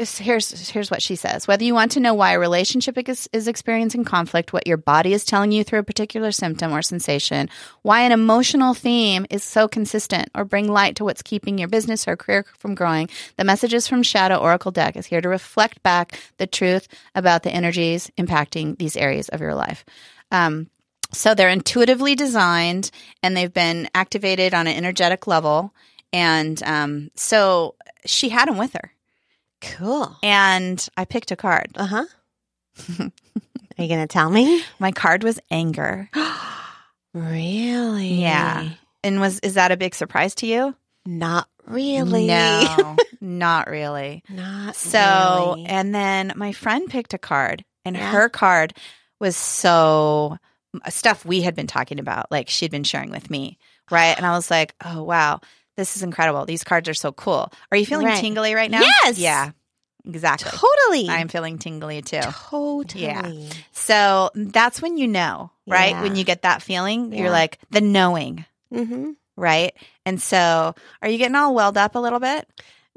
C: here's here's what she says. Whether you want to know why a relationship is, is experiencing conflict, what your body is telling you through a particular symptom or sensation, why an emotional theme is so consistent, or bring light to what's keeping your business or career from growing, the messages from Shadow Oracle Deck is here to reflect back the truth about the energies impacting these areas of your life. Um, so they're intuitively designed and they've been activated on an energetic level. And um, so she had them with her.
D: cool.
C: And I picked a card.
D: Uh huh. Are you going to tell me?
C: My card was anger.
D: Really?
C: Yeah. And was is that a big surprise to you?
D: Not really.
C: No, not really.
D: Not
C: So,
D: Uh, really.
C: and then my friend picked a card, and
D: Yeah.
C: her card was so stuff we had been talking about, like she'd been sharing with me, right? And I was like, oh, wow, this is incredible. These cards are so cool. Are you feeling
D: Right.
C: tingly right now?
D: Yes!
C: Yeah, exactly.
D: totally.
C: I'm feeling tingly too.
D: totally.
C: Yeah. So that's when you know, right?
D: Yeah.
C: When you get that feeling,
D: Yeah.
C: you're like, the knowing,
D: Mm-hmm.
C: right? And so, are you getting all welled up a little bit?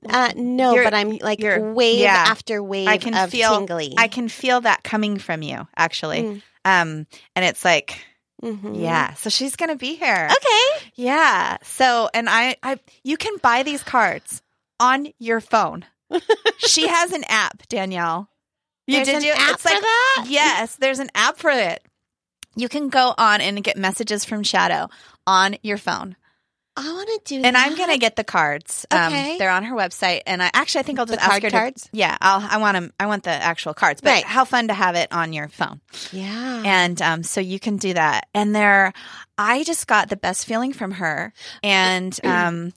D: Uh, no,
C: You're-
D: but I'm like
C: you're-
D: wave
C: yeah.
D: after wave
C: I can
D: of
C: feel-
D: tingly.
C: I can feel that coming from you, actually.
D: Mm.
C: Um, and it's like,
D: Mhm.
C: yeah. So she's gonna be here.
D: Okay.
C: Yeah. So, and I, I, you can buy these cards on your phone. she has an app, Danielle. You
D: There's
C: did
D: an
C: you?
D: app
C: it's like,
D: for that?
C: Yes, there's an app for it. You can go on and get messages from Shadow on your phone.
D: I want to do
C: And I'm
D: that.
C: gonna get the cards. Um,
D: Okay.
C: they're on her website, and I actually I think I'll just
D: The
C: ask
D: card
C: her to-
D: cards?
C: yeah, I'll, I want them. I want the actual cards. But
D: Right. Mm-hmm.
C: how fun to have it on your phone,
D: Yeah.
C: and um, so you can do that. And there, I just got the best feeling from her, and um,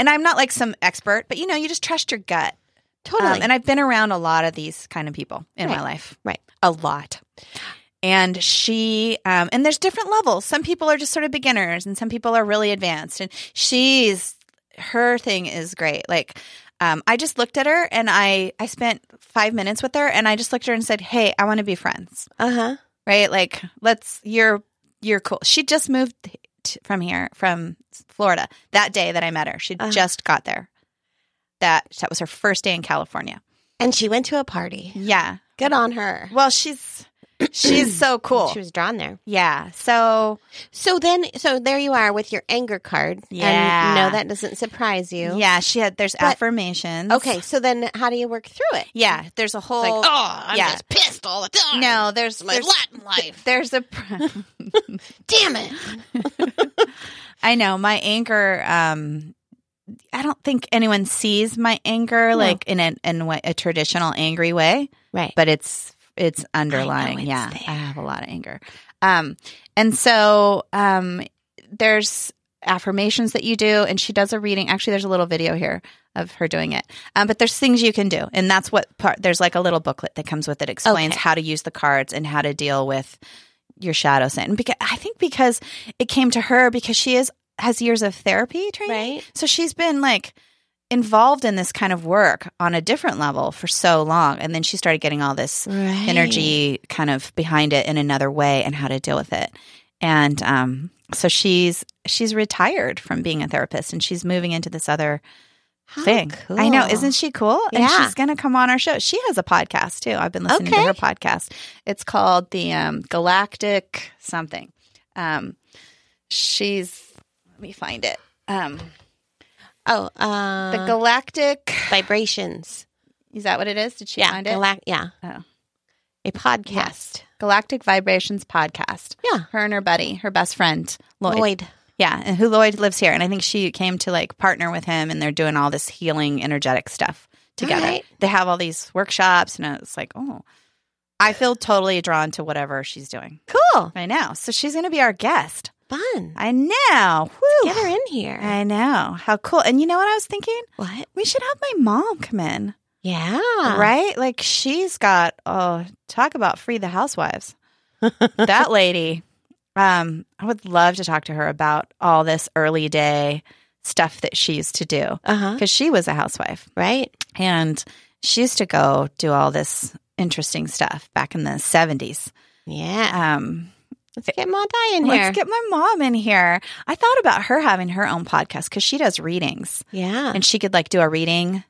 C: and I'm not like some expert, but you know, you just trust your gut.
D: totally.
C: Um, and I've been around a lot of these kind of people in my
D: Right.
C: life.
D: Right.
C: A lot. And she, um, and there's different levels. Some people are just sort of beginners and some people are really advanced. And she's, her thing is great. Like, um, I just looked at her and I, I spent five minutes with her and I just looked at her and said, Hey, I want to be friends.
D: uh huh.
C: Right. Like, let's, you're, you're cool. She just moved t- from here, from Florida that day that I met her. She
D: Uh-huh.
C: just got there. That, that was her first day in California.
D: And she went to a party.
C: Yeah.
D: Good on her.
C: Well, she's she's so cool.
D: She was drawn there.
C: yeah. So
D: So then, so there you are with your anger card.
C: Yeah.
D: And no, that doesn't surprise you.
C: yeah, she had there's
D: But-
C: affirmations.
D: Okay. So then, how do you work through it?
C: Yeah, there's a whole.
D: It's like, oh, I'm
C: yeah.
D: just pissed all the time.
C: no, there's
D: my
C: there's,
D: Latin life.
C: there's a. pr-
D: Damn it.
C: I know my anger. Um, I don't think anyone sees my anger
D: No.
C: like in a in a, a traditional angry way.
D: Right.
C: but it's it's underlying.
D: it's
C: yeah,
D: there.
C: I have a lot of anger. Um, and so um, there's affirmations that you do, and she does a reading. Actually, there's a little video here of her doing it. Um, but there's things you can do, and that's what part. There's like a little booklet that comes with it, explains
D: Okay.
C: how to use the cards and how to deal with your shadow sin. Because I think because it came to her because she is has years of therapy training.
D: Right.
C: So she's been like involved in this kind of work on a different level for so long. And then she started getting all this
D: Right.
C: energy kind of behind it in another way and how to deal with it. And um, so she's she's retired from being a therapist and she's moving into this other
D: How
C: thing. I know.
D: cool.
C: Isn't she cool? And
D: Yeah.
C: she's going to come on our show. She has a podcast too. I've been listening
D: Okay.
C: to her podcast. It's called the um, Galactic something. Um, she's, let me find it. Um,
D: Oh, uh,
C: the Galactic,
D: vibrations.
C: is that what it is? Did she
D: Yeah,
C: find it?
D: galac- yeah,
C: oh.
D: a podcast.
C: Galactic Vibrations podcast.
D: Yeah.
C: Her and her buddy, her best friend, Lloyd.
D: Lloyd.
C: Yeah. And who Lloyd lives here. And I think she came to like partner with him and they're doing all this healing, energetic stuff together.
D: All right.
C: They have all these workshops and it's like, oh, I feel totally drawn to whatever she's doing
D: Cool,
C: right now. So she's going to be our guest.
D: fun.
C: I know. Woo.
D: Get her in here.
C: I know. How cool. And you know what I was thinking?
D: what?
C: We should have my mom come in,
D: Yeah,
C: right? Like she's got, oh, talk about free the housewives that lady um i would love to talk to her about all this early day stuff that she used to do
D: Uh huh.
C: because she was a housewife
D: Right.
C: and she used to go do all this interesting stuff back in the 70s
D: Yeah.
C: um
D: Let's get Maudie in here.
C: let's get my mom in here i thought about her having her own podcast because she does readings
D: yeah.
C: and she could like do a reading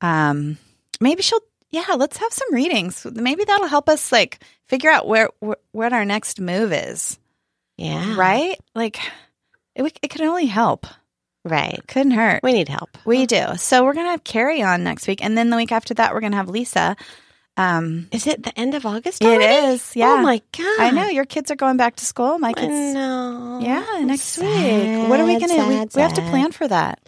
C: um maybe she'll yeah let's have some readings maybe that'll help us like figure out where, where what our next move is
D: Yeah.
C: right? Like it, would- it could only help.
D: Right.
C: It couldn't hurt.
D: We need help.
C: We do. So we're gonna have Carrie on next week, and then the week after that, we're gonna have Lisa. Um,
D: Is it the end of August?
C: it
D: Already?
C: is. Yeah,
D: Oh my god.
C: I know your kids are going back to school. My
D: I
C: kids.
D: know.
C: Yeah, next
D: Sad,
C: week. What are we gonna? we,
D: sad,
C: we have to
D: sad.
C: plan for that.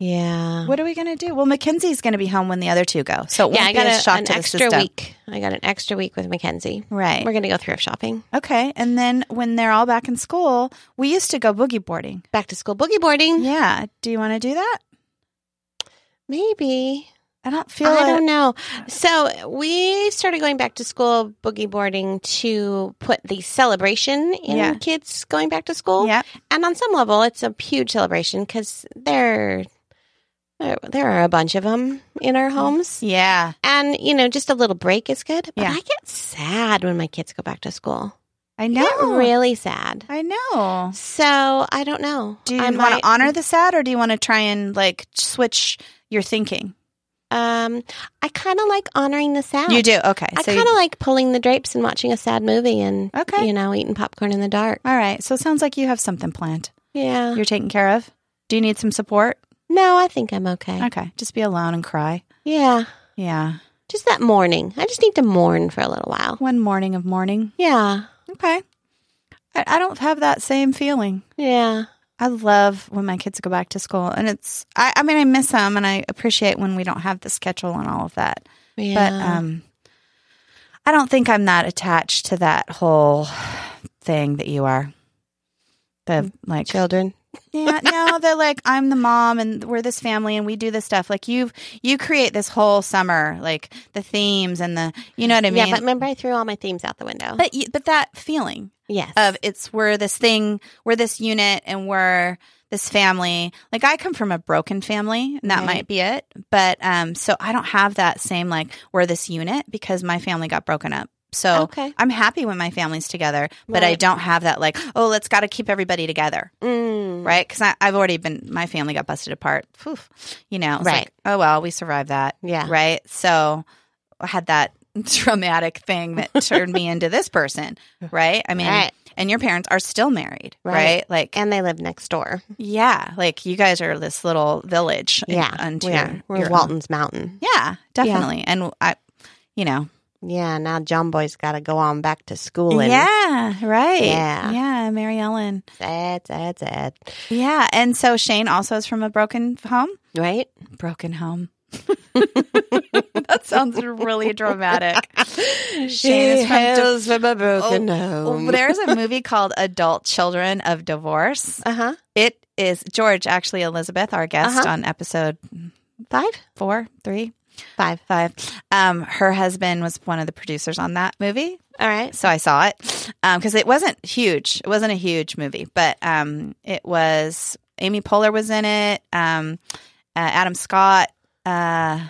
D: Yeah.
C: What are we gonna do? Well, Mackenzie's gonna be home when the other two go, so it won't
D: yeah, I
C: be
D: got
C: a
D: a,
C: shock
D: an
C: to the
D: extra
C: system.
D: week. I got an extra week with Mackenzie.
C: Right.
D: We're gonna go thrift shopping.
C: Okay. And then when they're all back in school, we used to go boogie boarding.
D: Back to school boogie boarding.
C: Yeah. Do you want to do that?
D: Maybe.
C: I don't feel.
D: I
C: it.
D: don't know. So we started going back to school boogie boarding to put the celebration in
C: Yeah.
D: kids going back to school.
C: Yeah.
D: And on some level, it's a huge celebration because there, there there are a bunch of them in
C: Mm-hmm.
D: our homes.
C: Yeah.
D: And, you know, just a little break is good. But
C: Yeah.
D: I get sad when my kids go back to school.
C: I
D: I
C: know.
D: get really sad.
C: I know.
D: So I don't know.
C: Do you
D: I
C: want
D: might-
C: to honor the sad or do you want to try and like switch your thinking?
D: Um, I kind of like honoring the sad.
C: You do. Okay.
D: I
C: so
D: kind
C: you-
D: of like pulling the drapes and watching a sad movie and,
C: Okay.
D: you know, eating popcorn in the dark.
C: All right. So it sounds like you have something planned.
D: Yeah.
C: You're taken care of. Do you need some support?
D: No, I think I'm okay.
C: Okay. Just be alone and cry.
D: Yeah.
C: Yeah.
D: Just that mourning. I just need to mourn for a little while.
C: One morning of mourning.
D: Yeah.
C: Okay. I, I don't have that same feeling.
D: Yeah.
C: I love when my kids go back to school and it's I, I mean I miss them and I appreciate when we don't have the schedule and all of that.
D: Yeah.
C: But um I don't think I'm that attached to that whole thing that you are.
D: Mm.
C: The like
D: children.
C: Yeah, no, they're like I'm the mom and we're this family and we do this stuff. Like you've you create this whole summer, like the themes and the you know what I mean?
D: yeah, but remember I threw all my themes out the window.
C: but you, but that feeling
D: yes.
C: of it's we're this thing, we're this unit, and we're this family. Like I come from a broken family, and that
D: Right.
C: might be it. But um, so I don't have that same like we're this unit because my family got broken up. So
D: Okay.
C: I'm happy when my family's together, but I
D: Right.
C: don't have that like oh let's got to keep everybody together,
D: Mm.
C: right? Because I've already been my family got busted apart. Phew. You know, it's
D: Right.
C: like, oh well, we survived that,
D: Yeah.
C: right? So I had that traumatic thing that turned me into this person, right? I mean
D: Right.
C: and your parents are still married, right?
D: Right.
C: Like,
D: And they live next door.
C: yeah, like you guys are this little village. in-
D: Yeah.
C: unto
D: we are. We're
C: your own.
D: Walton's Mountain.
C: Yeah, definitely. And I, you know,
D: Yeah. Now John Boy's got to go on back to school. And
C: yeah, right,
D: Yeah.
C: yeah, Mary Ellen,
D: Sad, sad, sad.
C: yeah. And so Shane also is from a broken home.
D: Right?
C: Broken home. that sounds really dramatic. Shane is from. Di-
D: from a broken
C: Oh, there's a movie called Adult Children of Divorce.
D: Uh huh.
C: It is George, actually Elizabeth, our guest
D: Uh-huh.
C: on episode
D: Five?
C: four, three,
D: Five.
C: five. Um, her husband was one of the producers on that movie,
D: All right.
C: so I saw it because it wasn't huge. It wasn't a huge movie, but um, it was Amy Poehler was in it. Um, uh, Adam Scott. Uh,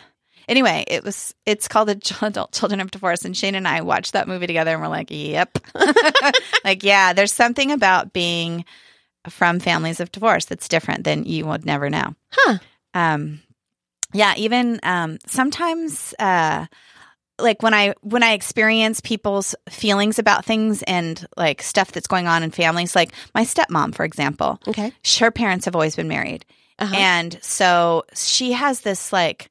C: anyway, it was. It's called The Ch- Adult Children of Divorce, and Shane and I watched that movie together, and we're like, "Yep, like yeah." There's something about being from families of divorce that's different than you would never know.
D: Huh.
C: Um, yeah even um sometimes uh like when i when i experience people's feelings about things and like stuff that's going on in families like my stepmom for example
D: Okay.
C: her parents have always been married
D: Uh-huh.
C: and so she has this like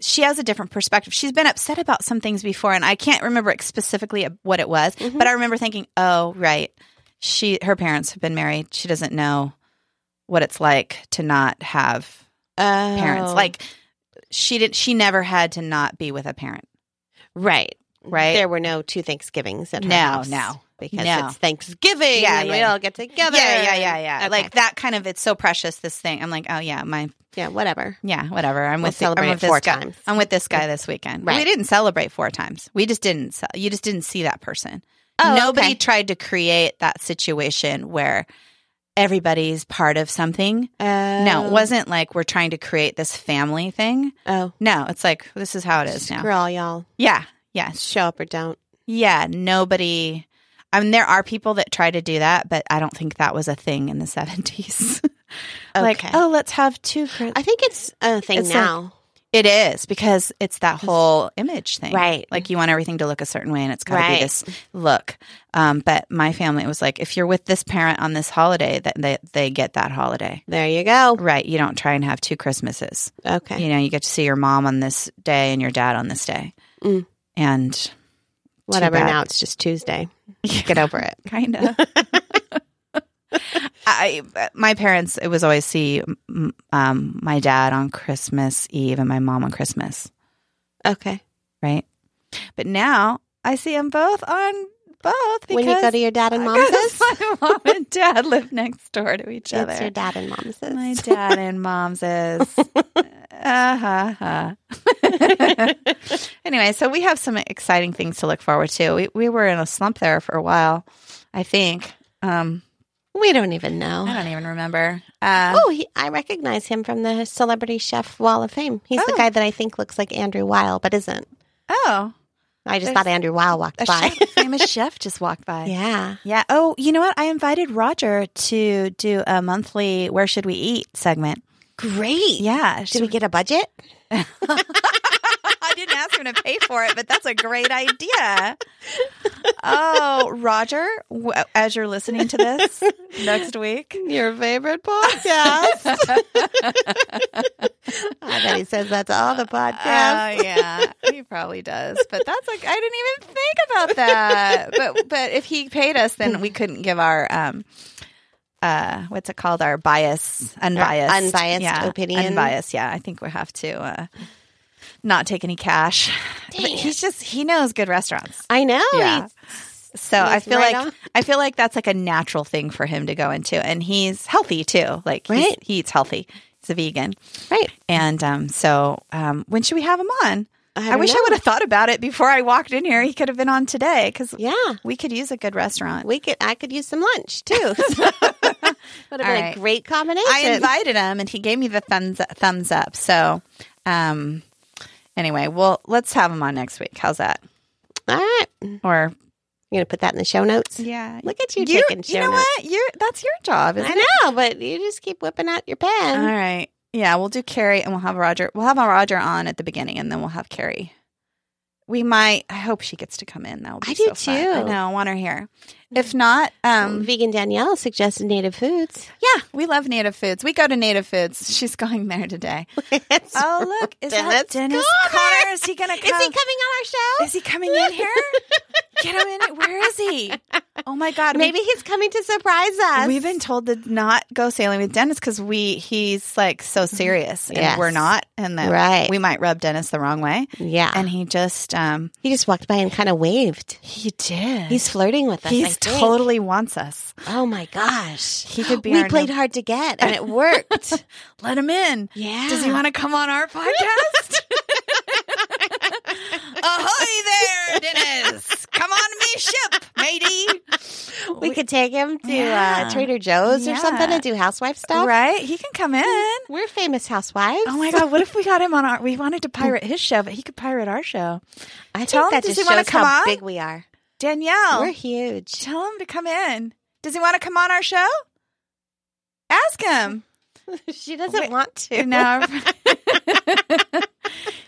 C: she has a different perspective. She's been upset about some things before and I can't remember ex- specifically what it was,
D: Mhm.
C: but I remember thinking, "Oh, right. She her parents have been married. She doesn't know what it's like to not have
D: Oh.
C: parents. Like she did she never had to not be with a parent.
D: right,
C: Right.
D: There were no two Thanksgivings at her
C: No,
D: house.
C: no,
D: because
C: no.
D: it's Thanksgiving.
C: Yeah,
D: and
C: yeah,
D: we
C: yeah.
D: all get together.
C: Yeah, yeah, yeah, yeah.
D: Okay.
C: Like that kind of it's so precious this thing. I'm like, "Oh yeah, my
D: yeah, whatever.
C: yeah, whatever. I'm
D: We'll
C: with the- I'm
D: celebrate
C: with
D: it four
C: this guy.
D: times.
C: I'm with this guy this weekend.
D: Right.
C: We didn't celebrate four times. We just didn't. ce- You just didn't see that person.
D: Oh,
C: Nobody
D: okay.
C: tried to create that situation where everybody's part of something.
D: Uh,
C: no, it wasn't like we're trying to create this family thing.
D: Oh,
C: No, it's like this is how it is now.
D: screw all y'all.
C: Yeah, yeah,
D: Show up or don't.
C: yeah. Nobody. I mean, there are people that try to do that, but I don't think that was a thing in the seventies. Like,
D: Okay.
C: oh, let's have two. Chris-
D: I think it's a thing
C: It's like-
D: now.
C: It is because it's that whole image thing,
D: Right.
C: Like you want everything to look a certain way, and it's got to
D: Right.
C: be this look. Um, but my family was like, if you're with this parent on this holiday, that they they get that holiday,
D: there you go.
C: right? You don't try and have two Christmases.
D: Okay.
C: You know, you get to see your mom on this day and your dad on this day,
D: Mm.
C: and
D: Whatever.
C: bad.
D: Now it's just Tuesday. Get over it.
C: kind of. I my parents it was always see mm, um, my dad on Christmas Eve and my mom on Christmas.
D: Okay.
C: right? But now I see them both on both
D: when you go to your dad and mom's,
C: because my mom and dad live next door to each
D: it's your
C: other.
D: dad and mom's.
C: My dad and mom's is. uh-huh. anyway, so we have some exciting things to look forward to. We, we were in a slump there for a while, I think. Um,
D: we don't even know.
C: I don't even remember. Uh,
D: Oh, he, I recognize him from the Celebrity Chef Wall of Fame. He's the
C: Oh.
D: guy that I think looks like Andrew Weil, but isn't.
C: oh,
D: I just
C: There's
D: thought Andrew Weil walked
C: a
D: by.
C: chef, famous chef just walked by.
D: yeah.
C: Yeah. Oh, you know what? I invited Roger to do a monthly "Where Should We Eat" segment.
D: Great.
C: Yeah.
D: Did we get a budget?
C: I didn't ask him to pay for it, but that's a great idea. Oh, Roger, w- as you're listening to this next week,
D: Your favorite podcast. I bet he says Oh, that to all the podcasts.
C: Oh yeah, he probably does. But that's like I didn't even think about that. But but if he paid us, then we couldn't give our um, uh, what's it called? Our bias, unbiased,
D: unbiased opinion.
C: unbiased. Yeah, I think we have to uh, not take any cash. but he's just he knows good restaurants.
D: I know.
C: Yeah.
D: He's-
C: So I
D: He's
C: feel
D: right
C: like
D: on.
C: I feel like that's like a natural thing for him to go into, and he's healthy too. Like he's-
D: Right.
C: he eats healthy. He's a vegan.
D: Right.
C: And um, so, um, when should we have him on? I,
D: don't
C: wish I
D: know.
C: would have thought about it before I walked in here. He could have been on today because
D: Yeah.
C: we could use a good restaurant.
D: We could. I could use some lunch too. would have been
C: right.
D: a great combination.
C: I invited him, and he gave me the thumbs thumbs up. So, um, anyway, well, let's have him on next week. How's that?
D: all right. You're
C: Or
D: gonna put that in the show notes.
C: yeah,
D: Look at you,
C: you,
D: taking show
C: you know
D: notes.
C: what? You're that's your job, isn't
D: I
C: it?
D: know, but you just keep whipping out your pen.
C: All right. Yeah, we'll do Carrie and we'll have Roger. We'll have Roger on at the beginning and then we'll have Carrie. We might I hope she gets to come in. That would be
D: I do
C: so fun. I
D: too. Mm-hmm.
C: know, I want her here. If not, um
D: Vegan Danielle suggested native foods.
C: yeah, we love native foods. We go to native foods. She's going there today. Oh look, is that
D: Dennis
C: Dennis
D: Connor?
C: Connor? Is he gonna
D: Is
C: come?
D: he coming on our show?
C: Is he coming in here? Get him in. Where is he? Oh my god. we-
D: Maybe he's coming to surprise us.
C: We've been told to not go sailing with Dennis because we he's like so serious and
D: Yes.
C: we're not, and that
D: Right.
C: we might rub Dennis the wrong way.
D: yeah.
C: And he just um
D: he just walked by and kind of waved.
C: he did.
D: He's flirting with us. I
C: he's
D: think.
C: totally wants us.
D: Oh my gosh.
C: He could be
D: We
C: our
D: played
C: new-
D: hard to get and it worked.
C: Let him in.
D: yeah.
C: Does he want to come on our podcast? Ahoy there, Dennis! Come on me ship, matey.
D: we could take him to
C: Yeah.
D: uh, Trader Joe's or
C: Yeah.
D: something and do housewife stuff.
C: Right? He can come in. Oh
D: We're famous housewives.
C: my god! What if we got him on our? We wanted to pirate his show, but he could pirate our show.
D: I think
C: Tell him,
D: that
C: does
D: just
C: he wanna
D: shows how
C: come on? Oh.
D: big we are.
C: Danielle,
D: We're huge.
C: Tell him to come in. Does he want to come on our show? Ask him.
D: she doesn't want to.
C: No.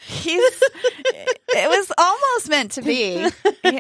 C: he's it was almost meant to be. He-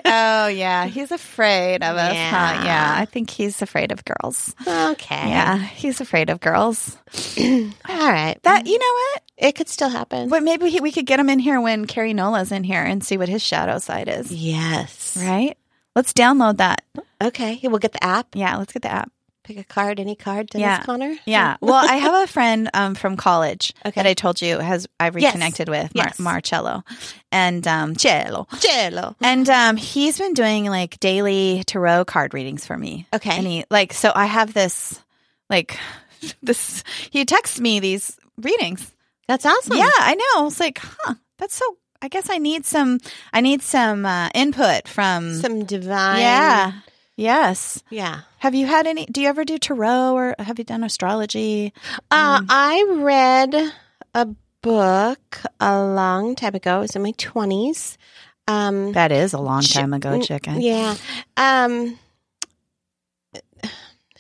C: oh yeah, he's afraid of us.
D: Yeah. Eh.
C: Huh? Yeah, I think he's afraid of girls.
D: Okay.
C: Yeah, he's afraid of girls.
D: All right.
C: That you know what?
D: it could still happen.
C: But maybe he, we could get him in here when Carrie Nola's in here and see what his shadow side is.
D: Yes.
C: Right? Let's download that.
D: Okay. We'll get the app.
C: Yeah, let's get the app.
D: Pick a card, any card, Dennis
C: Yeah.
D: Connor.
C: Yeah. Well, I have a friend um, from college
D: Hmm. Okay.
C: that I told you has I reconnected with Mar-
D: Yes.
C: Marcello and um, Cello.
D: Jello.
C: And um, he's been doing like daily tarot card readings for me.
D: Okay.
C: And he like so I have this like this he texts me these readings.
D: That's awesome.
C: Yeah, I know. I was like, huh, that's so I guess I need some I need some uh, input from
D: Some divine.
C: Yeah. Yes.
D: Yeah.
C: Have you had any do you ever do tarot or have you done astrology? Mm.
D: Uh, I read a book a long time ago. It was in my 20s. Um,
C: That is a long
D: Ch-
C: time ago,
D: mm,
C: chicken.
D: yeah. Um,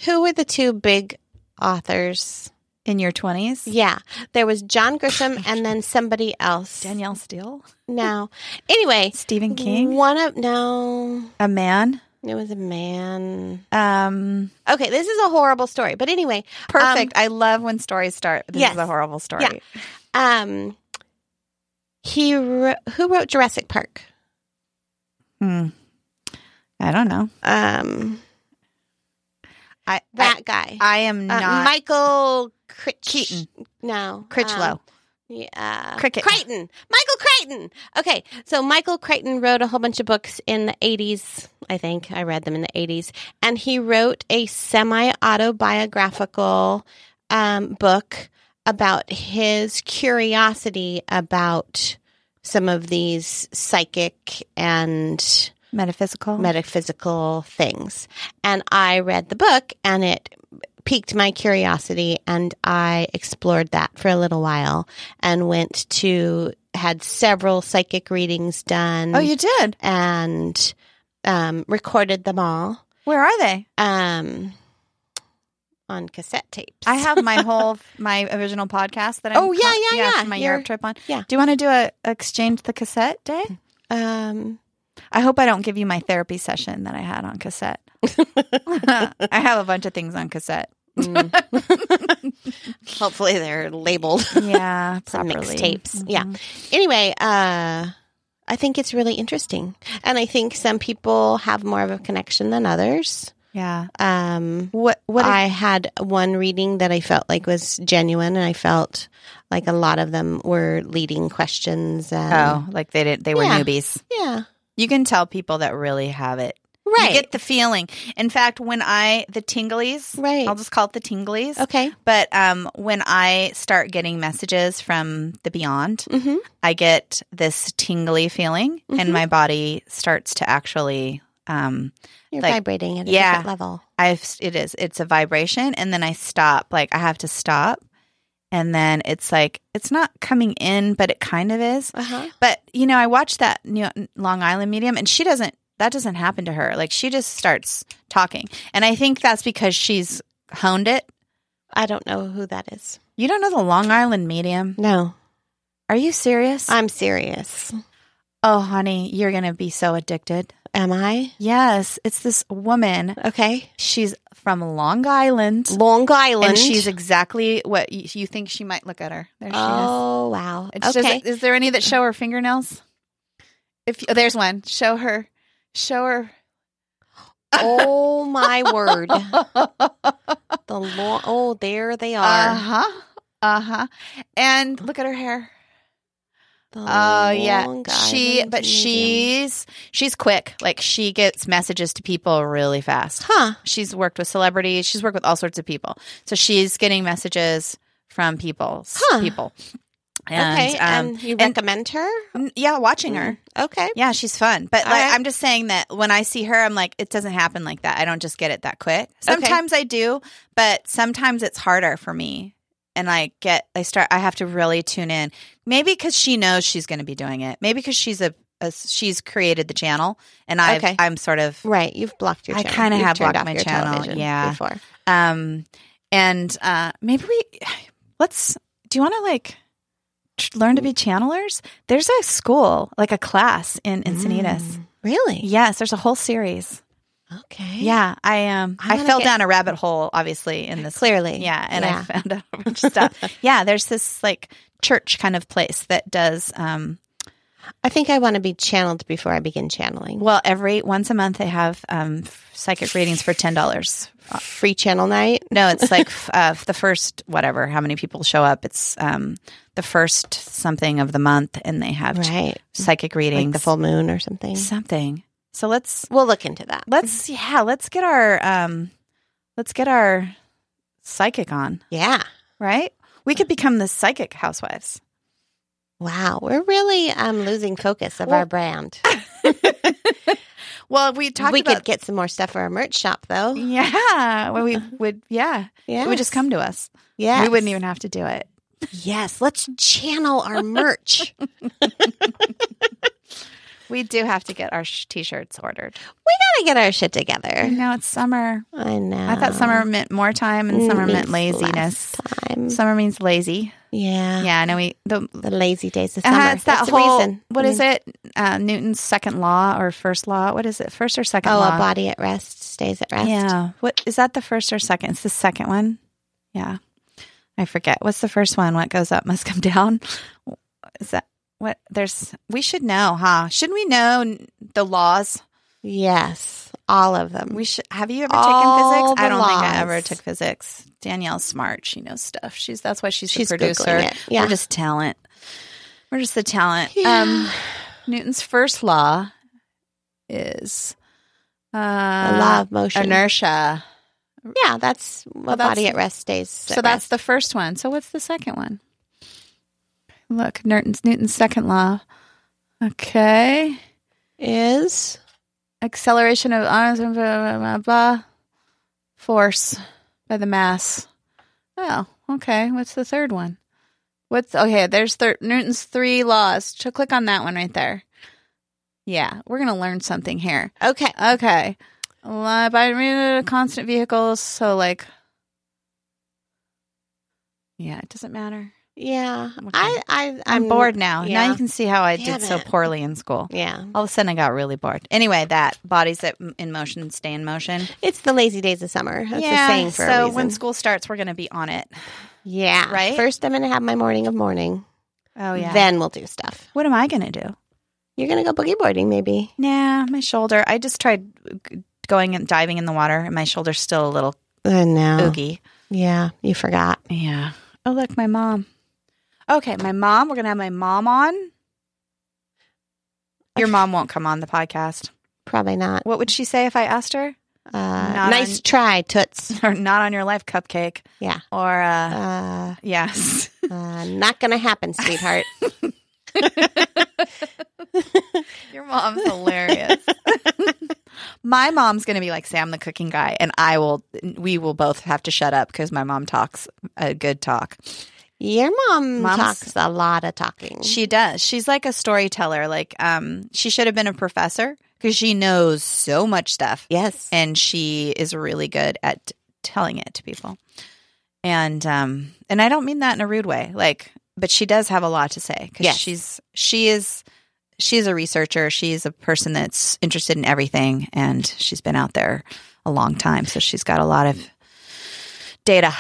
D: who were the two big authors?
C: In your twenties?
D: Yeah. There was John Grisham and then somebody else.
C: Danielle Steele?
D: No. Anyway.
C: Stephen King?
D: One of, no.
C: A man?
D: It was a man.
C: Um
D: Okay, this is a horrible story. But anyway,
C: Perfect. I love when stories start. This
D: yes.
C: is a horrible story.
D: Yeah. um he wro- who wrote Jurassic Park?
C: Hmm. I don't know.
D: Um
C: I
D: that guy.
C: I, I am
D: Uh,
C: not
D: Michael Critch-
C: Keaton.
D: No.
C: Critchlow.
D: um, yeah.
C: Cricket.
D: Crichton. Michael Crichton. Okay. So Michael Crichton wrote a whole bunch of books in the 80s, I think. I read them in the 80s. And he wrote a semi autobiographical um, book about his curiosity about some of these psychic and
C: metaphysical.
D: metaphysical things. And I read the book and it piqued my curiosity and I explored that for a little while and went to had several psychic readings done
C: oh, you did.
D: and um, recorded them all
C: Where are they?
D: um, on cassette tapes.
C: I have my whole my original podcast that I'm
D: Oh, yeah, yeah, yeah.
C: for my
D: Your-
C: Europe trip on.
D: yeah.
C: Do you want to do a exchange the cassette day?
D: um,
C: I hope I don't give you my therapy session that I had on cassette. I have a bunch of things on cassette.
D: hopefully they're labeled.
C: Yeah,
D: Some
C: properly.
D: mixtapes. Yeah.
C: Mhm.
D: anyway, uh, I think it's really interesting, and I think some people have more of a connection than others.
C: Yeah.
D: Um,
C: What what
D: but
C: did-
D: I had one reading that I felt like was genuine, and I felt like a lot of them were leading questions. And,
C: Oh, like they didn't they were
D: Yeah.
C: newbies.
D: yeah,
C: You can tell people that really have it.
D: right,
C: You get the feeling. In fact, when I the tinglies,
D: right,
C: I'll just call it the tinglies.
D: okay,
C: But um, when I start getting messages from the beyond,
D: mm-hmm.
C: I get this tingly feeling, and
D: Mhm.
C: my body starts to actually. Um,
D: You're
C: Like-
D: vibrating at a
C: yeah.
D: different level.
C: I've it is it's a vibration, and then I stop. Like I have to stop, and then it's like it's not coming in, but it kind of is.
D: Uh huh.
C: But you know, I watched that New- Long Island medium, and she doesn't. That doesn't happen to her. Like she just starts talking, and I think that's because she's honed it.
D: I don't know who that is.
C: You don't know the Long Island medium?
D: No,
C: Are you serious?
D: I'm serious.
C: oh, honey, you're gonna be so addicted.
D: Am I
C: Yes, it's this woman.
D: okay?
C: She's from Long Island,
D: Long Island.
C: and she's exactly what y- you think she might look at her. There she
D: oh wow.
C: is. And she does-
D: okay.
C: is there any that show her fingernails? If oh, there's one, show her. Show her.
D: oh my word. The long. Oh, there they are.
C: Uh huh. Uh huh. And look at her hair.
D: The
C: Oh yeah.
D: Long
C: She
D: Island
C: but
D: medium.
C: she's she's quick. Like she gets messages to people really fast.
D: huh?
C: She's worked with celebrities. She's worked with all sorts of people. So she's getting messages from people.
D: Huh.
C: People.
D: okay,
C: um,
D: and you
C: and-
D: recommend her?
C: n- yeah, watching her.
D: Okay,
C: Yeah, she's fun. But
D: All
C: like,
D: right.
C: I'm just saying that when I see her, I'm like, it doesn't happen like that. I don't just get it that quick. Sometimes I do, but sometimes it's harder for me. And I get, I start, I have to really tune in. Maybe because she knows she's going to be doing it. Maybe because she's a, a, she's created the channel, and I,
D: Okay.
C: have I'm sort of
D: right. You've blocked your.
C: I
D: channel.
C: kinda
D: You've
C: have
D: turned
C: blocked
D: off
C: my
D: your
C: channel,
D: television
C: yeah.
D: Before.
C: Um, and uh, maybe we let's. Do you want to like tr- learn to be channelers, there's a school, like a class in Encinitas.
D: Really?
C: Yes, there's a whole series.
D: Okay.
C: Yeah, I um,
D: I
C: I,
D: wanna
C: fell
D: get-
C: down a rabbit hole, obviously, in this
D: Clearly.
C: Yeah, and
D: Yeah.
C: I found out a bunch of stuff. yeah, there's this like church kind of place that does. Um,
D: I think I want to be channeled before I begin channeling.
C: well, every once a month they have um, psychic readings for ten dollars.
D: Free channel night.
C: No, it's like f- uh, the first whatever, how many people show up. It's um, the first something of the month, and they have ch-
D: Right.
C: psychic readings,
D: Like the full moon or something.
C: something. So let's
D: We'll look into that.
C: let's yeah let's get our um, let's get our psychic on
D: Yeah.
C: right. We could become the psychic housewives.
D: Wow. We're really um, losing focus of
C: Well-
D: our brand.
C: Well, we talked
D: we
C: about
D: could get some more stuff for our merch shop, though.
C: Yeah. Well, we would, yeah.
D: Yeah.
C: It would just come to us.
D: Yeah.
C: We wouldn't even have to do it.
D: Yes. Let's channel our merch. we
C: We do have to get our sh- t shirts ordered.
D: got to get our shit
C: I
D: together.
C: know it's summer.
D: I know.
C: Mm-hmm. I thought summer meant more time and summer meant
D: Means
C: laziness.
D: less Time.
C: Summer means lazy.
D: yeah.
C: Yeah. I know we, the,
D: The lazy days of summer.
C: uh, it's that
D: That's
C: whole,
D: the reason. Mm-hmm.
C: what is it? Uh, Newton's second law or first law. What is it? First or second
D: Oh,
C: law?
D: a body at rest stays at rest.
C: Yeah. What is that the first or second? It's the second one. Yeah. I forget. What's the first one? What goes up must come down. Is that what there's we should know, huh? Shouldn't we know n- the laws?
D: Yes. All of them.
C: We should have you ever taken
D: All
C: physics? I
D: the
C: don't think
D: laws.
C: I ever took physics. Danielle's smart. She knows stuff. She's that's why she's,
D: She's
C: the
D: Googling
C: producer.
D: it. Yeah.
C: We're just talent. We're just the talent.
D: Yeah.
C: Um Newton's first law is uh
D: the law of motion.
C: inertia.
D: Yeah, that's a
C: that's-
D: body at rest stays.
C: So that's the first one. So what's the second one? Look, Newton's Newton's second law. Okay,
D: the is
C: acceleration of arms, blah, blah, blah, blah. force by the mass. Oh, okay. What's the third one? What's okay? There's thir- Newton's three laws. So click on that one right there. Yeah, we're gonna learn something here.
D: okay.
C: Okay, La- by mean, constant vehicles. So like, yeah, it doesn't matter.
D: Yeah,
C: Okay.
D: I, I,
C: I'm,
D: I'm,
C: bored now. Now
D: yeah.
C: you can see how I
D: Damn
C: did so
D: it.
C: poorly in school.
D: Yeah,
C: All of a sudden, I got really bored. Anyway, that bodies that m- in motion stay in motion.
D: it's the lazy days of summer. That's a saying
C: so
D: for a reason.
C: when school starts, we're going to be on it.
D: yeah,
C: right?
D: First, I'm gonna have my morning of morning.
C: Oh
D: Then we'll do stuff.
C: what am I going to do?
D: You're gonna go boogie boarding, maybe.
C: Nah, my shoulder. I just tried g- going and diving in the water, and my shoulder's still a little
D: Uh, no.
C: oogie.
D: Yeah, you forgot.
C: Yeah. Oh look, my mom. Okay, my mom. We're going to have my mom on. Your mom won't come on the podcast.
D: Probably not.
C: What would she say if I asked her?
D: Uh,
C: Not
D: nice
C: on-
D: try, toots.
C: or not on your life, cupcake.
D: Yeah.
C: Or uh,
D: Uh,
C: yes.
D: uh, not gonna happen, sweetheart.
C: Your mom's hilarious. my mom's going to be like Sam the cooking guy and I will we will both have to shut up cuz my mom talks a good talk.
D: Your mom
C: Mom's-
D: talks a lot of talking.
C: She does. She's like a storyteller. Like um she should have been a professor cuz she knows so much stuff
D: yes.
C: and she is really good at telling it to people. And um and I don't mean that in a rude way. Like but she does have a lot to say cuz
D: Yes.
C: she's she is she is a researcher, she is a person that's interested in everything and she's been out there a long time so she's got a lot of data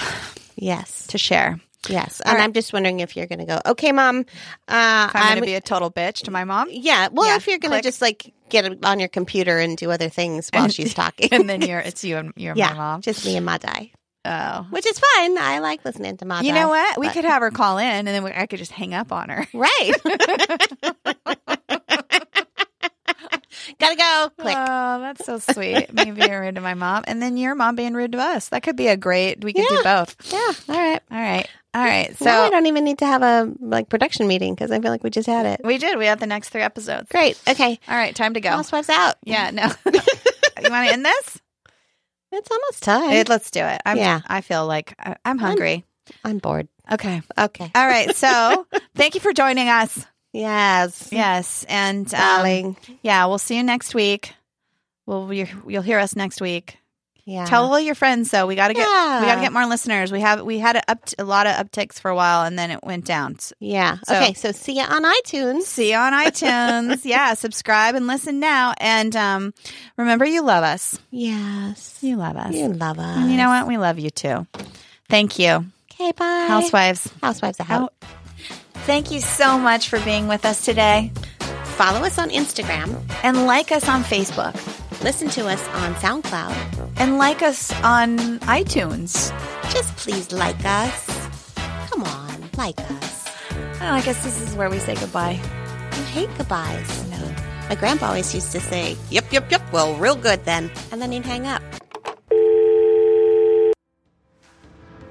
D: yes.
C: to share.
D: Yes.
C: All
D: And
C: right.
D: I'm just wondering if you're going to go, okay, mom, uh, I'm,
C: If I'm going to be a total bitch to my mom
D: yeah. Well,
C: Yeah,
D: if you're going to
C: click.
D: just like get on your computer and do other things while
C: And-
D: she's talking.
C: and then you're it's you and you're
D: yeah,
C: my mom.
D: just me and Madai,
C: Oh.
D: which is fine. I like listening to Madai.
C: You know what? We
D: but-
C: could have her call in and then we, I could just hang up on her.
D: Right. Gotta go. Click.
C: Oh, that's so sweet. Me being rude to my mom, and then your mom being rude to us. That could be a great. We could do both.
D: yeah. All right.
C: All right. All right.
D: So
C: So
D: I don't even need to have a like production meeting because I feel like we just had it.
C: we did. We have the next three episodes.
D: Great. Okay.
C: All right. Time to go.
D: Housewives out.
C: Yeah. No. you want to end this?
D: It's almost time.
C: It- let's do it. I'm,
D: Yeah.
C: I feel like I, I'm hungry.
D: I'm bored.
C: okay.
D: Okay.
C: All right. So thank you for joining us.
D: Yes.
C: Yes. And um,
D: Darling.
C: yeah, we'll see you next week. Well, we- you'll hear us next week.
D: Yeah.
C: Tell all your friends. So we got to get we got to
D: Yeah.
C: get more listeners. We have we had a, up a lot of upticks for a while, and then it went down. S-
D: Yeah.
C: So-
D: okay. So see you on iTunes.
C: See you on iTunes. yeah, subscribe and listen now. And um, remember, you love us.
D: Yes.
C: You love us.
D: You love us.
C: And you know what? We love you too. Thank you,
D: Okay. Bye.
C: housewives.
D: Housewives out.
C: Out. Thank you so much for being with us today,
D: Follow us on Instagram.
C: and like us on Facebook,
D: Listen to us on SoundCloud.
C: and like us on iTunes.
D: Just please like us. Come on, like us.
C: Oh, I guess this is where we say goodbye.
D: You hate goodbyes. No. My grandpa always used to say, "Yep, yep, yep." Well, real good then, and then he'd hang up.